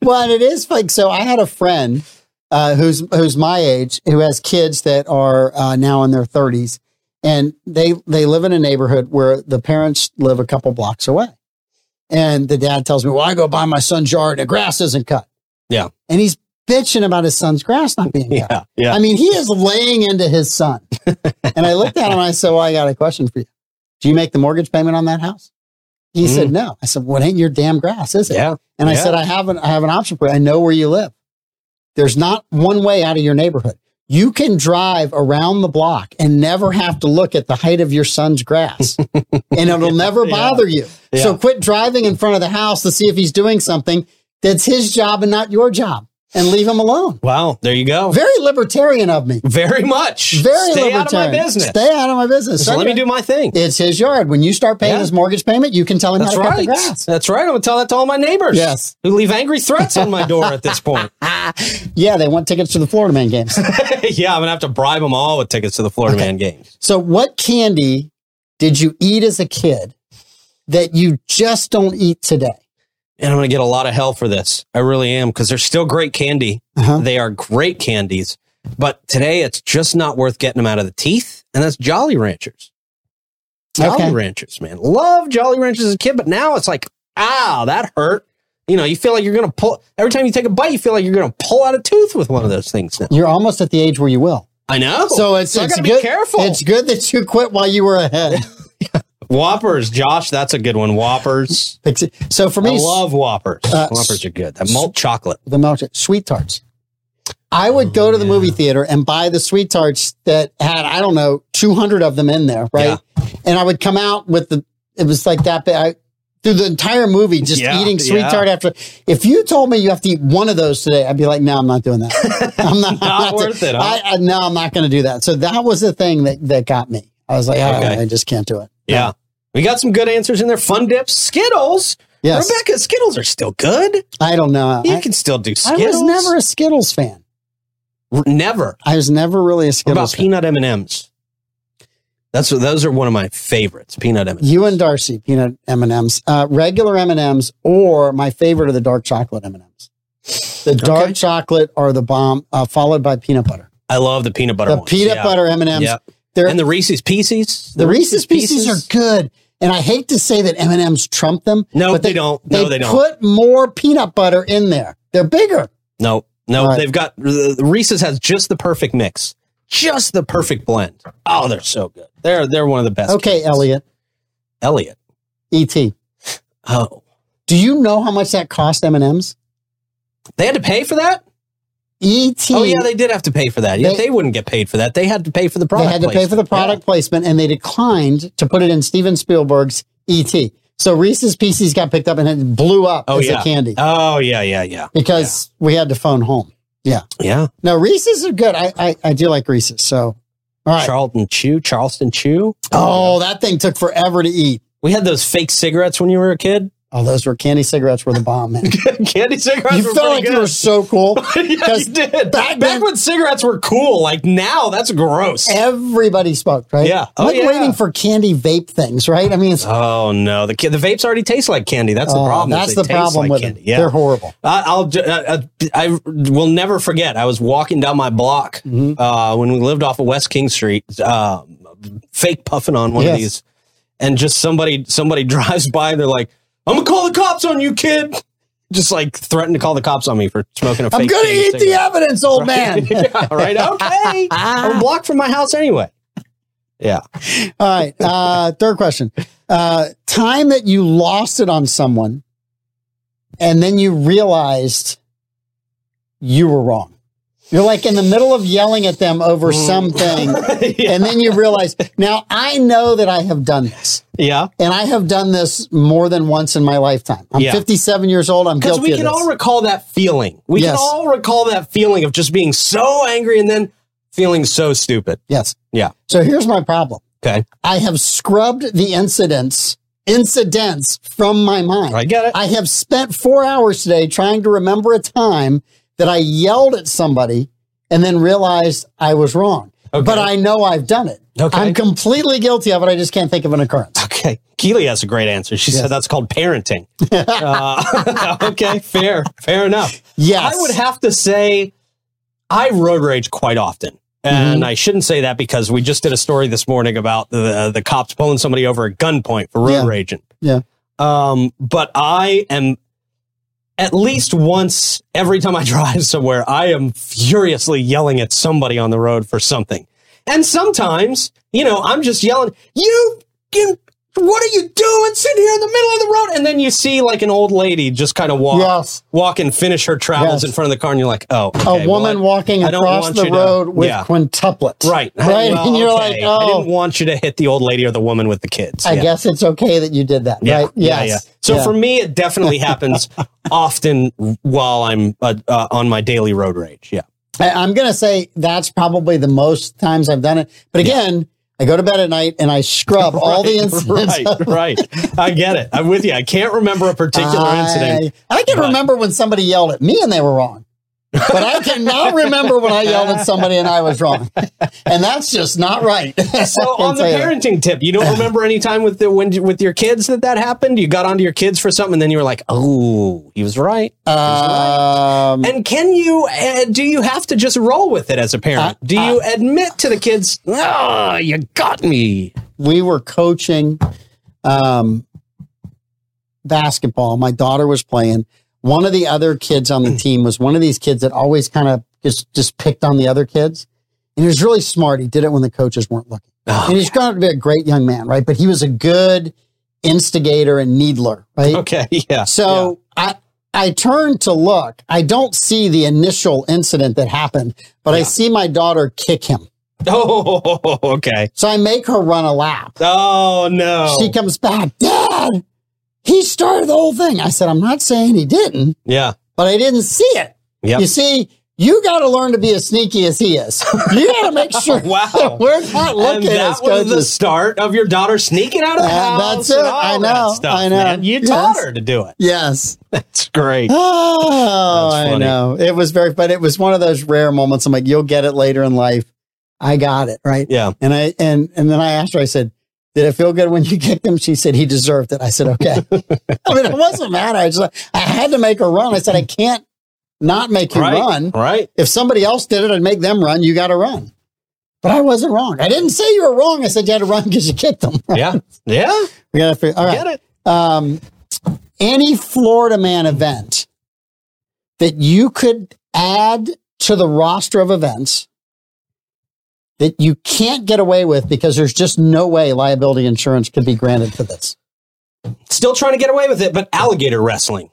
Speaker 1: well, and it is like so. I had a friend uh, who's who's my age who has kids that are uh, now in their thirties, and they they live in a neighborhood where the parents live a couple blocks away, and the dad tells me, "Well, I go by my son's yard, and the grass isn't cut."
Speaker 2: Yeah.
Speaker 1: and he's bitching about his son's grass not being cut.
Speaker 2: Yeah, <laughs> yeah.
Speaker 1: I mean, he is laying into his
Speaker 2: <laughs>
Speaker 1: son. and I looked at him and I said, Well, I got a question for you. Do you make the mortgage payment on that house? He
Speaker 2: Mm.
Speaker 1: said, No. I said, Well, it ain't your damn grass, is it?
Speaker 2: Yeah.
Speaker 1: And I
Speaker 2: yeah.
Speaker 1: said, I have an I have an option for you. I know where you live. There's not one way out of your neighborhood. You can drive around the block and never have to look at the height of your son's grass.
Speaker 2: <laughs>
Speaker 1: and it'll never
Speaker 2: Yeah.
Speaker 1: bother you.
Speaker 2: Yeah.
Speaker 1: So quit driving in front of the house to see if he's doing something that's his job and not your job. And leave him alone.
Speaker 2: Wow, there you go.
Speaker 1: Very libertarian of me.
Speaker 2: Very much.
Speaker 1: Very
Speaker 2: Stay
Speaker 1: libertarian.
Speaker 2: out of my business.
Speaker 1: Stay out of my business.
Speaker 2: So let me
Speaker 1: Anyway,
Speaker 2: do my thing.
Speaker 1: It's his yard. When you start paying
Speaker 2: Yeah.
Speaker 1: his mortgage payment, you can tell him
Speaker 2: That's
Speaker 1: how to cut the
Speaker 2: right.
Speaker 1: grass.
Speaker 2: That's right. I'm gonna tell that to all my neighbors.
Speaker 1: Yes.
Speaker 2: Who leave angry threats on my door at
Speaker 1: <laughs>
Speaker 2: this point. <laughs>
Speaker 1: Yeah, they want tickets to the Florida Man games.
Speaker 2: yeah, I'm gonna have to bribe them all with tickets to the Florida Man games.
Speaker 1: so, what candy did you eat as a kid that you just don't eat today?
Speaker 2: And I'm gonna get a lot of hell for this. I really am, because they're still great candy.
Speaker 1: Uh-huh.
Speaker 2: They are great candies. But today it's just not worth getting them out of the teeth. And that's Jolly Ranchers. Jolly
Speaker 1: Okay.
Speaker 2: Ranchers, man. Love Jolly Ranchers as a kid, but now it's like, ah, that hurt. You know, you feel like you're gonna pull every time you take a bite, you feel like you're gonna pull out a tooth with one of those things now.
Speaker 1: You're almost at the age where you will.
Speaker 2: I know.
Speaker 1: So it's,
Speaker 2: Oh, I
Speaker 1: it's
Speaker 2: gotta
Speaker 1: good.
Speaker 2: be careful.
Speaker 1: It's good that you quit while you were
Speaker 2: <laughs>
Speaker 1: ahead.
Speaker 2: Whoppers, Josh, that's a good one. Whoppers.
Speaker 1: So for
Speaker 2: I
Speaker 1: me,
Speaker 2: love Whoppers.
Speaker 1: Uh,
Speaker 2: Whoppers are good. That
Speaker 1: <laughs>
Speaker 2: malt chocolate.
Speaker 1: the melted sweet tarts. I would go
Speaker 2: Oh,
Speaker 1: to the movie theater and buy the sweet tarts that had I don't know 200 of them in there, right? And I would come out with the it was like that big. I, through the entire movie, just
Speaker 2: Yeah,
Speaker 1: eating sweet
Speaker 2: yeah.
Speaker 1: tart after. If you told me you have to eat one of those today, I'd be like, no, I'm not doing
Speaker 2: <laughs>
Speaker 1: that. I'm not, I'm
Speaker 2: Not worth it, huh?
Speaker 1: I, I, no, I'm not going to do that. So that was the thing that, that got me. I was like, oh,
Speaker 2: Okay.
Speaker 1: I just can't do it.
Speaker 2: Yeah. We got some good answers in there. Fun dips. Skittles.
Speaker 1: Yes.
Speaker 2: Rebecca, Skittles are still good.
Speaker 1: I don't know.
Speaker 2: You
Speaker 1: I,
Speaker 2: can still do
Speaker 1: I
Speaker 2: Skittles.
Speaker 1: was never a Skittles fan.
Speaker 2: R- never.
Speaker 1: I was never really a
Speaker 2: What
Speaker 1: Skittles
Speaker 2: about
Speaker 1: fan.
Speaker 2: peanut M&Ms? That's those are one of my favorites. Peanut M&Ms.
Speaker 1: You and Darcy peanut M and M's, uh, regular M and M's, or my favorite are the dark chocolate M and M's. The dark
Speaker 2: Okay.
Speaker 1: chocolate are the bomb, uh, followed by peanut butter.
Speaker 2: I love the peanut butter
Speaker 1: The
Speaker 2: ones.
Speaker 1: peanut
Speaker 2: Yeah.
Speaker 1: butter M and M's.
Speaker 2: Yep.
Speaker 1: They're-
Speaker 2: and the Reese's Pieces.
Speaker 1: The Reese's pieces, are good, and I hate to say that M and M's trump them.
Speaker 2: No,
Speaker 1: but
Speaker 2: they don't. No, they don't.
Speaker 1: Put more peanut butter in there. They're bigger.
Speaker 2: no, no.
Speaker 1: All right.
Speaker 2: They've got the- the Reese's has just the perfect mix, just the perfect blend. Oh, they're so good. They're they're one of the best.
Speaker 1: Okay,
Speaker 2: candies.
Speaker 1: Elliot.
Speaker 2: Elliot.
Speaker 1: Et.
Speaker 2: Oh,
Speaker 1: Do you know how much that cost M and M's?
Speaker 2: they had to pay for that.
Speaker 1: Et.
Speaker 2: Oh yeah, they did have to pay for that. Yeah,
Speaker 1: They-
Speaker 2: they, wouldn't get paid for that. They had to pay for the
Speaker 1: They
Speaker 2: product.
Speaker 1: had to pay for the
Speaker 2: placement. Yeah.
Speaker 1: product placement, and they declined to put it in Steven Spielberg's Et. So Reese's Pieces got picked up and it blew up
Speaker 2: Oh,
Speaker 1: as
Speaker 2: yeah.
Speaker 1: a candy
Speaker 2: Oh yeah, yeah, yeah,
Speaker 1: because we had to phone home.
Speaker 2: yeah.
Speaker 1: No, Reese's are good. I I, I do like Reese's. So all right.
Speaker 2: Charlton Chew, Charleston Chew.
Speaker 1: oh, that thing took forever to eat.
Speaker 2: we had those fake cigarettes when you were a kid.
Speaker 1: Oh, those were candy cigarettes were the bomb, man.
Speaker 2: <laughs> Candy cigarettes.
Speaker 1: you
Speaker 2: were
Speaker 1: felt like
Speaker 2: pretty <laughs>
Speaker 1: you were
Speaker 2: good.
Speaker 1: so cool.
Speaker 2: yeah, you did.
Speaker 1: back
Speaker 2: Back,
Speaker 1: then-
Speaker 2: back when cigarettes were cool. Like now, that's gross.
Speaker 1: Everybody smoked, right?
Speaker 2: Yeah.
Speaker 1: I'm
Speaker 2: Oh,
Speaker 1: like
Speaker 2: yeah.
Speaker 1: waiting for candy vape things, right? I mean, it's,
Speaker 2: Oh no, the ca- the vapes already taste like candy. That's the
Speaker 1: oh,
Speaker 2: problem. is
Speaker 1: That's
Speaker 2: they
Speaker 1: the
Speaker 2: taste
Speaker 1: problem
Speaker 2: like
Speaker 1: with
Speaker 2: candy.
Speaker 1: them.
Speaker 2: Yeah.
Speaker 1: They're horrible.
Speaker 2: I- I'll ju- uh, uh, I will never forget. I was walking down my block
Speaker 1: Mm-hmm.
Speaker 2: uh, when we lived off of West King Street, uh, fake puffing on one
Speaker 1: Yes.
Speaker 2: of these, and just somebody somebody <laughs> drives by. They're like, "I'm gonna call the cops on you, kid." Just like threatened to call the cops on me for smoking a fake.
Speaker 1: I'm going to
Speaker 2: candy
Speaker 1: eat the <laughs>
Speaker 2: cigarette.
Speaker 1: evidence, old man.
Speaker 2: <laughs> yeah, right.
Speaker 1: <laughs> Oh,
Speaker 2: Okay. I'm a block from my house anyway. Yeah. <laughs>
Speaker 1: All right. Uh, third question. Uh, time that you lost it on someone and then you realized you were wrong. You're like in the middle of yelling at them over
Speaker 2: Mm. <laughs>
Speaker 1: something. And then you realize, now I know that I have done this.
Speaker 2: Yeah.
Speaker 1: And I have done this more than once in my lifetime. I'm
Speaker 2: Yeah.
Speaker 1: 57 years old. I'm
Speaker 2: Because
Speaker 1: guilty
Speaker 2: we
Speaker 1: of
Speaker 2: can
Speaker 1: this.
Speaker 2: all recall that feeling. We can
Speaker 1: Yes.
Speaker 2: all recall that feeling of just being so angry and then feeling so stupid.
Speaker 1: yes.
Speaker 2: Yeah.
Speaker 1: So here's my problem.
Speaker 2: Okay.
Speaker 1: I have scrubbed the incidents, incidents from my mind.
Speaker 2: I get it.
Speaker 1: I have spent four hours today trying to remember a time that I yelled at somebody and then realized I was wrong.
Speaker 2: Okay.
Speaker 1: But I know I've done it.
Speaker 2: Okay.
Speaker 1: I'm completely guilty of it. I just can't think of an occurrence.
Speaker 2: Okay. Keely has a great answer. She said that's called parenting. <laughs> Uh, <laughs> okay. Fair. Fair enough.
Speaker 1: Yes.
Speaker 2: I would have to say I road rage quite often.
Speaker 1: Mm-hmm.
Speaker 2: And I shouldn't say that because we just did a story this morning about the the cops pulling somebody over at gunpoint for road
Speaker 1: Yeah.
Speaker 2: raging.
Speaker 1: Yeah.
Speaker 2: Um, but I am at least once every time I <laughs> drive somewhere, I am furiously yelling at somebody on the road for something. And sometimes, you know, I'm just yelling, you, you what are you doing sitting here in the middle of the road? And then you see like an old lady just kind of walk
Speaker 1: Yes.
Speaker 2: walk and finish her travels
Speaker 1: Yes.
Speaker 2: in front of the car, and you're like, oh, okay,
Speaker 1: a woman
Speaker 2: well,
Speaker 1: walking
Speaker 2: I don't
Speaker 1: across
Speaker 2: want
Speaker 1: the
Speaker 2: you to-
Speaker 1: road with
Speaker 2: Yeah.
Speaker 1: quintuplets.
Speaker 2: I, right,
Speaker 1: Right. <laughs>
Speaker 2: Well,
Speaker 1: and you're
Speaker 2: okay.
Speaker 1: like,
Speaker 2: I
Speaker 1: oh,
Speaker 2: didn't want you to hit the old lady or the woman with the kids.
Speaker 1: I,
Speaker 2: Yeah.
Speaker 1: guess it's okay that you did that.
Speaker 2: Yeah,
Speaker 1: Right.
Speaker 2: yeah,
Speaker 1: Yes.
Speaker 2: yeah. So
Speaker 1: Yeah.
Speaker 2: for me,
Speaker 1: <laughs>
Speaker 2: it definitely happens often while I'm uh, uh, on my daily road rage. Yeah,
Speaker 1: I, I'm going to say that's probably the most times I've done it. But again, I go to bed at night and I
Speaker 2: <laughs>
Speaker 1: scrub all the
Speaker 2: Right,
Speaker 1: incidents.
Speaker 2: Right, right. I get it. I'm with you. I can't remember a particular incident.
Speaker 1: I, I can
Speaker 2: but-
Speaker 1: remember when somebody yelled at me and they were wrong. But I
Speaker 2: <laughs>
Speaker 1: cannot remember when I yelled at somebody and I was wrong. And that's just not right.
Speaker 2: So
Speaker 1: <laughs> I can
Speaker 2: on the
Speaker 1: tell you that.
Speaker 2: parenting tip, you don't remember any time with the when with your kids that that happened. You got onto your kids for something, and then you were like, "Oh, he was right."
Speaker 1: Um,
Speaker 2: And can you, uh, do you have to just roll with it as a parent?
Speaker 1: Uh,
Speaker 2: do you admit to the kids, oh, you got me?
Speaker 1: we were coaching um, basketball. My daughter was playing. One of the other kids on the
Speaker 2: Hmm.
Speaker 1: team was one of these kids that always kind of just just picked on the other kids. And he was really smart. He did it when the coaches weren't looking.
Speaker 2: Oh,
Speaker 1: and he's grown up to be a great young man, right? But he was a good instigator and needler, right?
Speaker 2: <laughs> Okay. Oh, Yeah.
Speaker 1: So I I turn to look. I don't see the initial incident that happened, but I
Speaker 2: Yeah.
Speaker 1: see my daughter kick him.
Speaker 2: Yeah. Oh, <laughs> okay.
Speaker 1: So I make her run a lap.
Speaker 2: Oh, no.
Speaker 1: She comes back, Dad. He started the whole thing. I said, I'm not saying he didn't,
Speaker 2: yeah.
Speaker 1: but I didn't see it.
Speaker 2: Yep.
Speaker 1: You see, you got to learn to be as sneaky as he is. You got to make
Speaker 2: <laughs>
Speaker 1: sure
Speaker 2: Wow.
Speaker 1: <laughs> we're not
Speaker 2: And
Speaker 1: looking
Speaker 2: that
Speaker 1: as
Speaker 2: was
Speaker 1: coaches.
Speaker 2: the start of your daughter sneaking out of the
Speaker 1: And
Speaker 2: house.
Speaker 1: that's it.
Speaker 2: and all
Speaker 1: I
Speaker 2: that
Speaker 1: know.
Speaker 2: stuff,
Speaker 1: I know.
Speaker 2: man. You taught
Speaker 1: Yes.
Speaker 2: her to do it. <laughs>
Speaker 1: yes. <laughs>
Speaker 2: That's great.
Speaker 1: Oh,
Speaker 2: That's
Speaker 1: I
Speaker 2: funny.
Speaker 1: know. It was very, but it was one of those rare moments. I'm like, you'll get it later in life. I got it right.
Speaker 2: Yeah.
Speaker 1: And I and and then I asked her. I said, "Did it feel good when you <laughs> kicked him?" She said, "He deserved it." I said, "Okay." I mean, it wasn't mad. I just I had to make her run. I said, "I can't not make you
Speaker 2: Right.
Speaker 1: run.
Speaker 2: Right.
Speaker 1: <laughs> If somebody else did it, I'd make them run. You got to run." But I wasn't wrong. I didn't say you were wrong. I said you had to run because you kicked them. <laughs>
Speaker 2: Yeah. Yeah.
Speaker 1: We got to figure. All right.
Speaker 2: Get it.
Speaker 1: Um, any Florida man event that you could add to the roster of events that you can't get away with because there's just no way liability insurance could be granted for this.
Speaker 2: Still trying to get away with it, but alligator wrestling.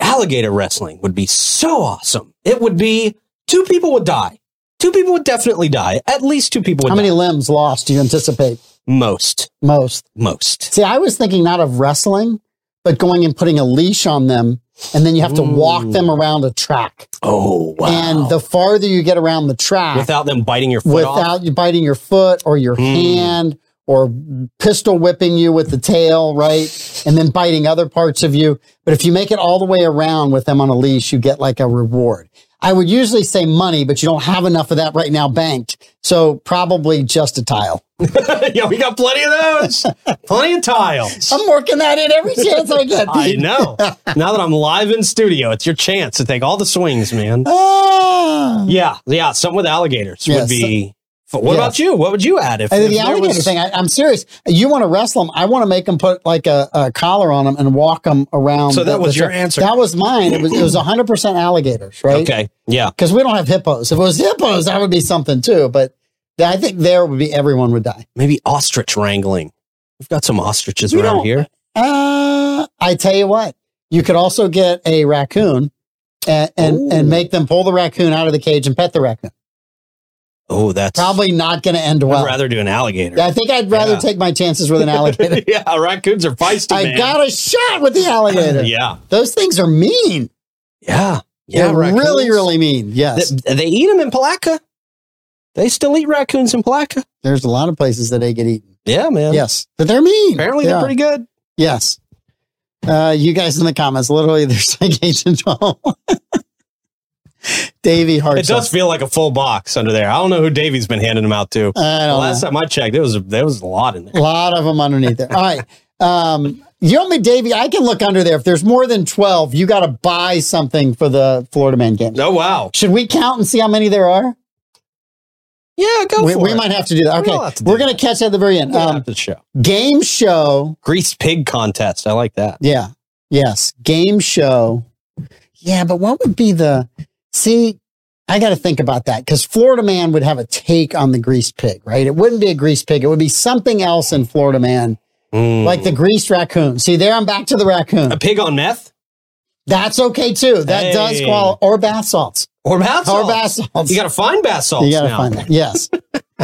Speaker 2: Alligator wrestling would be so awesome. It would be two people would die. Two people would definitely die. At least two people would
Speaker 1: How many
Speaker 2: die.
Speaker 1: limbs lost do you anticipate
Speaker 2: Most.
Speaker 1: most?
Speaker 2: Most.
Speaker 1: See, I was thinking not of wrestling, but going and putting a leash on them, and then you have to walk
Speaker 2: Ooh.
Speaker 1: them around a track.
Speaker 2: Oh wow.
Speaker 1: And the farther you get around the track,
Speaker 2: without them biting your foot off.
Speaker 1: without you biting your foot or your
Speaker 2: Hmm.
Speaker 1: hand or pistol whipping you with the tail, right? And then biting other parts of you. But if you make it all the way around with them on a leash, you get like a reward. I would usually say money, but you don't have enough of that right now banked. So probably just a tile.
Speaker 2: <laughs> yeah, we got plenty of those. plenty of tiles.
Speaker 1: I'm working that in
Speaker 2: <laughs>
Speaker 1: every chance I get.
Speaker 2: I
Speaker 1: Pete. <laughs>
Speaker 2: know. now that I'm live in studio, it's your chance to take all the swings, man.
Speaker 1: Ah.
Speaker 2: Yeah, yeah. Something with alligators
Speaker 1: Yeah,
Speaker 2: would be. But what
Speaker 1: yeah.
Speaker 2: about you? What would you add if,
Speaker 1: And
Speaker 2: if
Speaker 1: the
Speaker 2: there
Speaker 1: alligator
Speaker 2: was-
Speaker 1: thing, I, I'm serious. You want to wrestle them. I want to make them put like a, a collar on them and walk them around.
Speaker 2: So that was your
Speaker 1: track.
Speaker 2: answer.
Speaker 1: That was mine. It was, it was 100% alligators, right?
Speaker 2: Okay. Yeah.
Speaker 1: Because we don't have hippos. If it was hippos, that would be something too. But th- I think there would be everyone would die.
Speaker 2: Maybe ostrich wrangling. We've got some ostriches
Speaker 1: We
Speaker 2: around
Speaker 1: don't-
Speaker 2: here.
Speaker 1: Uh, I tell you what, you could also get a raccoon and, and, and
Speaker 2: Ooh.
Speaker 1: make them pull the raccoon out of the cage and pet the raccoon.
Speaker 2: Oh, that's.
Speaker 1: Probably not going to end
Speaker 2: I'd
Speaker 1: well.
Speaker 2: rather do an alligator.
Speaker 1: I think I'd rather
Speaker 2: Yeah.
Speaker 1: take my chances with an
Speaker 2: <laughs>
Speaker 1: alligator.
Speaker 2: yeah, raccoons are feisty.
Speaker 1: I
Speaker 2: man.
Speaker 1: got a shot with the
Speaker 2: <laughs>
Speaker 1: alligator.
Speaker 2: Yeah.
Speaker 1: Those things are mean.
Speaker 2: Yeah. Yeah.
Speaker 1: They're really,
Speaker 2: raccoons.
Speaker 1: really mean. Yes.
Speaker 2: They, they eat them in Palaka. They still eat raccoons in Palaka.
Speaker 1: There's a lot of places that they get eaten.
Speaker 2: Yeah, man.
Speaker 1: Yes. But they're mean.
Speaker 2: Apparently
Speaker 1: They
Speaker 2: they're
Speaker 1: are.
Speaker 2: pretty good.
Speaker 1: Yes. Uh, you guys in the comments, literally, <laughs> they're citation 12. <laughs> Davey
Speaker 2: It
Speaker 1: Hart.
Speaker 2: does feel like a full box under there. I don't know who Davey's been handing them out to.
Speaker 1: I
Speaker 2: The
Speaker 1: don't
Speaker 2: last time I checked, there was there was a lot in there.
Speaker 1: know. A lot of them underneath there. All right. Um, you know me, Davey. I can look under there. If there's more than 12, you got to buy something for the Florida Man game.
Speaker 2: Oh wow.
Speaker 1: Should we count and see how many there are?
Speaker 2: Yeah, go
Speaker 1: We,
Speaker 2: for
Speaker 1: we
Speaker 2: it.
Speaker 1: might have to do that.
Speaker 2: We
Speaker 1: Okay.
Speaker 2: all have to do
Speaker 1: We're going to catch that at the very end.
Speaker 2: Yeah,
Speaker 1: Um,
Speaker 2: the show.
Speaker 1: game show
Speaker 2: Greased pig contest. I like that.
Speaker 1: Yeah. Yes. Game show. Yeah, but what would be the see? I got to think about that because Florida Man would have a take on the greased pig, right? It wouldn't be a greased pig. It would be something else in Florida Man,
Speaker 2: Mm.
Speaker 1: like the greased raccoon. See, there I'm back to the raccoon.
Speaker 2: a pig on meth
Speaker 1: That's okay too. That does
Speaker 2: Hey.
Speaker 1: qualify. Or bath salts.
Speaker 2: or bath
Speaker 1: Or
Speaker 2: salts.
Speaker 1: bath salts.
Speaker 2: You got to find bath salts
Speaker 1: You gotta
Speaker 2: now.
Speaker 1: find that. Yes.
Speaker 2: <laughs>
Speaker 1: <laughs>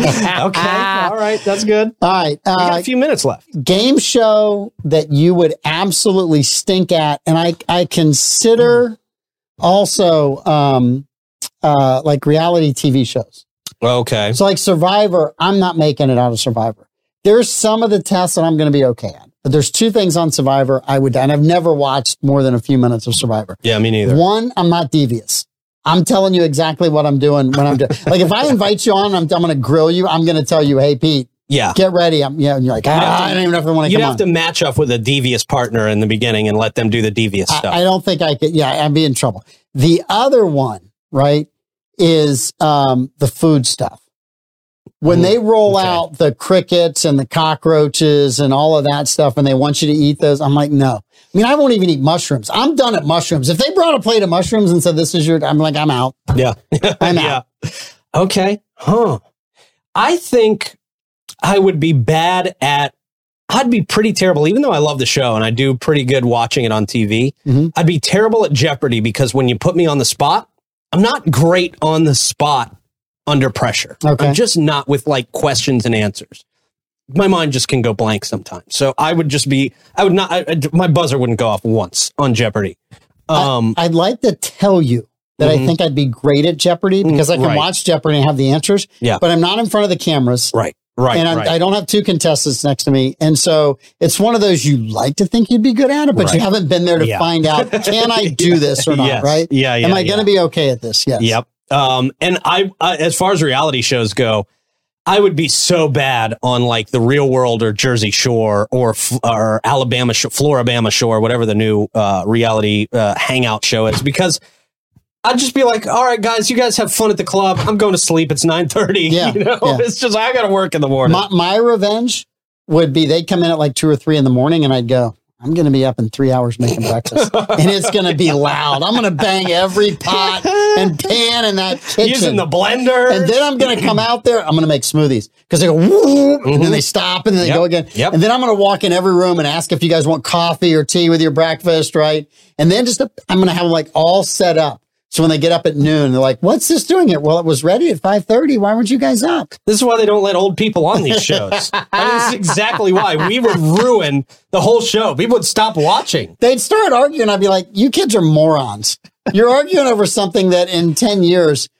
Speaker 1: Ah.
Speaker 2: okay. All right. That's good.
Speaker 1: All right.
Speaker 2: We got
Speaker 1: Uh,
Speaker 2: a few minutes left.
Speaker 1: game show that you would absolutely stink at and i i consider also um uh like reality tv shows
Speaker 2: Okay.
Speaker 1: so like survivor i'm not making it out of survivor there's some of the tests that i'm going to be okay at but there's two things on survivor i would and i've never watched more than a few minutes of survivor
Speaker 2: Yeah, me neither.
Speaker 1: one, I'm not devious. I'm telling you exactly what I'm doing when I'm
Speaker 2: <laughs>
Speaker 1: doing. like if I invite you on, I'm, I'm going to grill you. I'm going to tell you, hey Pete,
Speaker 2: Yeah.
Speaker 1: get ready. I'm yeah. And you're like,
Speaker 2: have
Speaker 1: ah,
Speaker 2: to-
Speaker 1: I don't even know if I want to
Speaker 2: You'd
Speaker 1: come on.
Speaker 2: have to match up with a devious partner in the beginning and let them do the devious
Speaker 1: I-
Speaker 2: stuff.
Speaker 1: I, don't think I could. Yeah, I'd be in trouble. The other one, right, is um, the food stuff. When
Speaker 2: Ooh,
Speaker 1: they roll
Speaker 2: okay.
Speaker 1: out the crickets and the cockroaches and all of that stuff, and they want you to eat those, I'm like, no. I mean, I won't even eat mushrooms. I'm done at mushrooms. If they brought a plate of mushrooms and said, this is your, I'm like, I'm out.
Speaker 2: yeah.
Speaker 1: <laughs> I'm out.
Speaker 2: yeah. Okay. Huh. I think I would be bad at. I'd be pretty terrible, even though I love the show and I do pretty good watching it on TV.
Speaker 1: Mhm.
Speaker 2: I'd be terrible at Jeopardy because when you put me on the spot, I'm not great on the spot under pressure.
Speaker 1: Okay.
Speaker 2: I'm just not with like questions and answers. My mind just can go blank sometimes. So I would just be, I would not, I, I- my buzzer wouldn't go off once on Jeopardy. Um,
Speaker 1: I'd like to tell you that I
Speaker 2: Mhm.
Speaker 1: think I'd be great at Jeopardy because I can
Speaker 2: Mm, right.
Speaker 1: watch Jeopardy and have the answers.
Speaker 2: Yeah.
Speaker 1: But I'm not in front of the cameras.
Speaker 2: right, right,
Speaker 1: and I'm,
Speaker 2: right.
Speaker 1: I don't have two contestants next to me. And so it's one of those you like to think you'd be good at it, but you
Speaker 2: Right.
Speaker 1: haven't been there to
Speaker 2: Yeah.
Speaker 1: find out can
Speaker 2: <laughs>
Speaker 1: I do this or not,
Speaker 2: Yes.
Speaker 1: right?
Speaker 2: Yeah, yeah.
Speaker 1: Am I
Speaker 2: yeah.
Speaker 1: going to be okay at this? Yes.
Speaker 2: Yep. Um, and I, I, as far as reality shows go, I would be so bad on like the Real World or Jersey Shore or F- or Alabama, Sh- Florabama Shore, whatever the new uh, reality uh, hangout show is, because I'd just be like, all right, guys, you guys have fun at the club. I'm going to sleep. It's <laughs> 9.30.
Speaker 1: Yeah,
Speaker 2: you know,
Speaker 1: yeah.
Speaker 2: it's just, I got to work in the morning.
Speaker 1: My, my revenge would be they'd come in at like two or three in the morning, and I'd go, I'm going to be up in three hours making breakfast, and it's going to be loud. I'm going to bang every pot and pan in that kitchen.
Speaker 2: <laughs> Using the blender.
Speaker 1: and then I'm going to come out there. I'm going to make smoothies because they go, whoop, and then they stop and then they
Speaker 2: Mm-hmm. Yep.
Speaker 1: go again.
Speaker 2: Yep.
Speaker 1: And then I'm going to walk in every room and ask if you guys want coffee or tea with your breakfast, right? And then just, I'm going to have them like all set up. So when they get up at noon, they're like, what's this doing here? Well, it was ready at 530. Why weren't you guys up?
Speaker 2: This is why they don't let old people
Speaker 1: <laughs>
Speaker 2: on these shows. I mean, this is exactly why we would ruin the whole show. People would stop watching.
Speaker 1: They'd start arguing. I'd be like, you kids are morons. You're arguing over something that in 10 years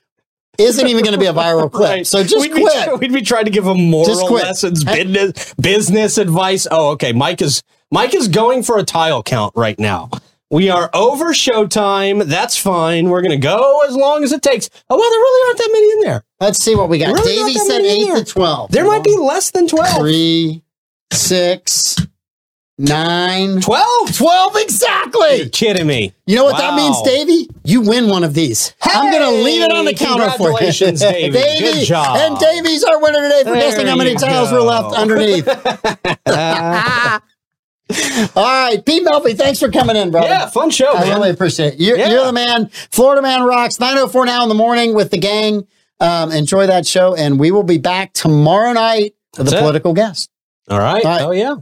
Speaker 1: isn't even going to be a viral clip.
Speaker 2: Right.
Speaker 1: So just
Speaker 2: we'd
Speaker 1: quit.
Speaker 2: Be, we'd be trying to give them moral
Speaker 1: Just quit.
Speaker 2: lessons, business, business advice. Oh, okay. Mike is Mike is going for a tile count right now. We are over showtime. That's fine. We're gonna go as long as it takes. Oh well, there really aren't that many in there.
Speaker 1: Let's see what we got.
Speaker 2: Really not
Speaker 1: Davey
Speaker 2: that
Speaker 1: said
Speaker 2: many
Speaker 1: 8
Speaker 2: either.
Speaker 1: to 12.
Speaker 2: There might be less than twelve.
Speaker 1: three, six, nine,
Speaker 2: Twelve.
Speaker 1: 12
Speaker 2: You're
Speaker 1: exactly.
Speaker 2: kidding
Speaker 1: <laughs>
Speaker 2: me.
Speaker 1: You know what that
Speaker 2: Wow.
Speaker 1: means, Davey? You win one of these. I'm going
Speaker 2: Hey,
Speaker 1: to leave it on the counter for you. <laughs>
Speaker 2: congratulations, Davey. Good job.
Speaker 1: And Davey's our winner today for
Speaker 2: There
Speaker 1: guessing how many
Speaker 2: you
Speaker 1: tiles were
Speaker 2: go.
Speaker 1: left underneath.
Speaker 2: <laughs>
Speaker 1: <laughs> All right, Pete Melfi, thanks for coming in, brother.
Speaker 2: Yeah, fun show.
Speaker 1: I
Speaker 2: man.
Speaker 1: really appreciate it. You're,
Speaker 2: Yeah.
Speaker 1: you're the man. Florida Man rocks. 904 now in the morning with the gang. Um, enjoy that show, and we will be back tomorrow night for the
Speaker 2: That's it.
Speaker 1: political guest.
Speaker 2: All right.
Speaker 1: All right.
Speaker 2: Oh yeah.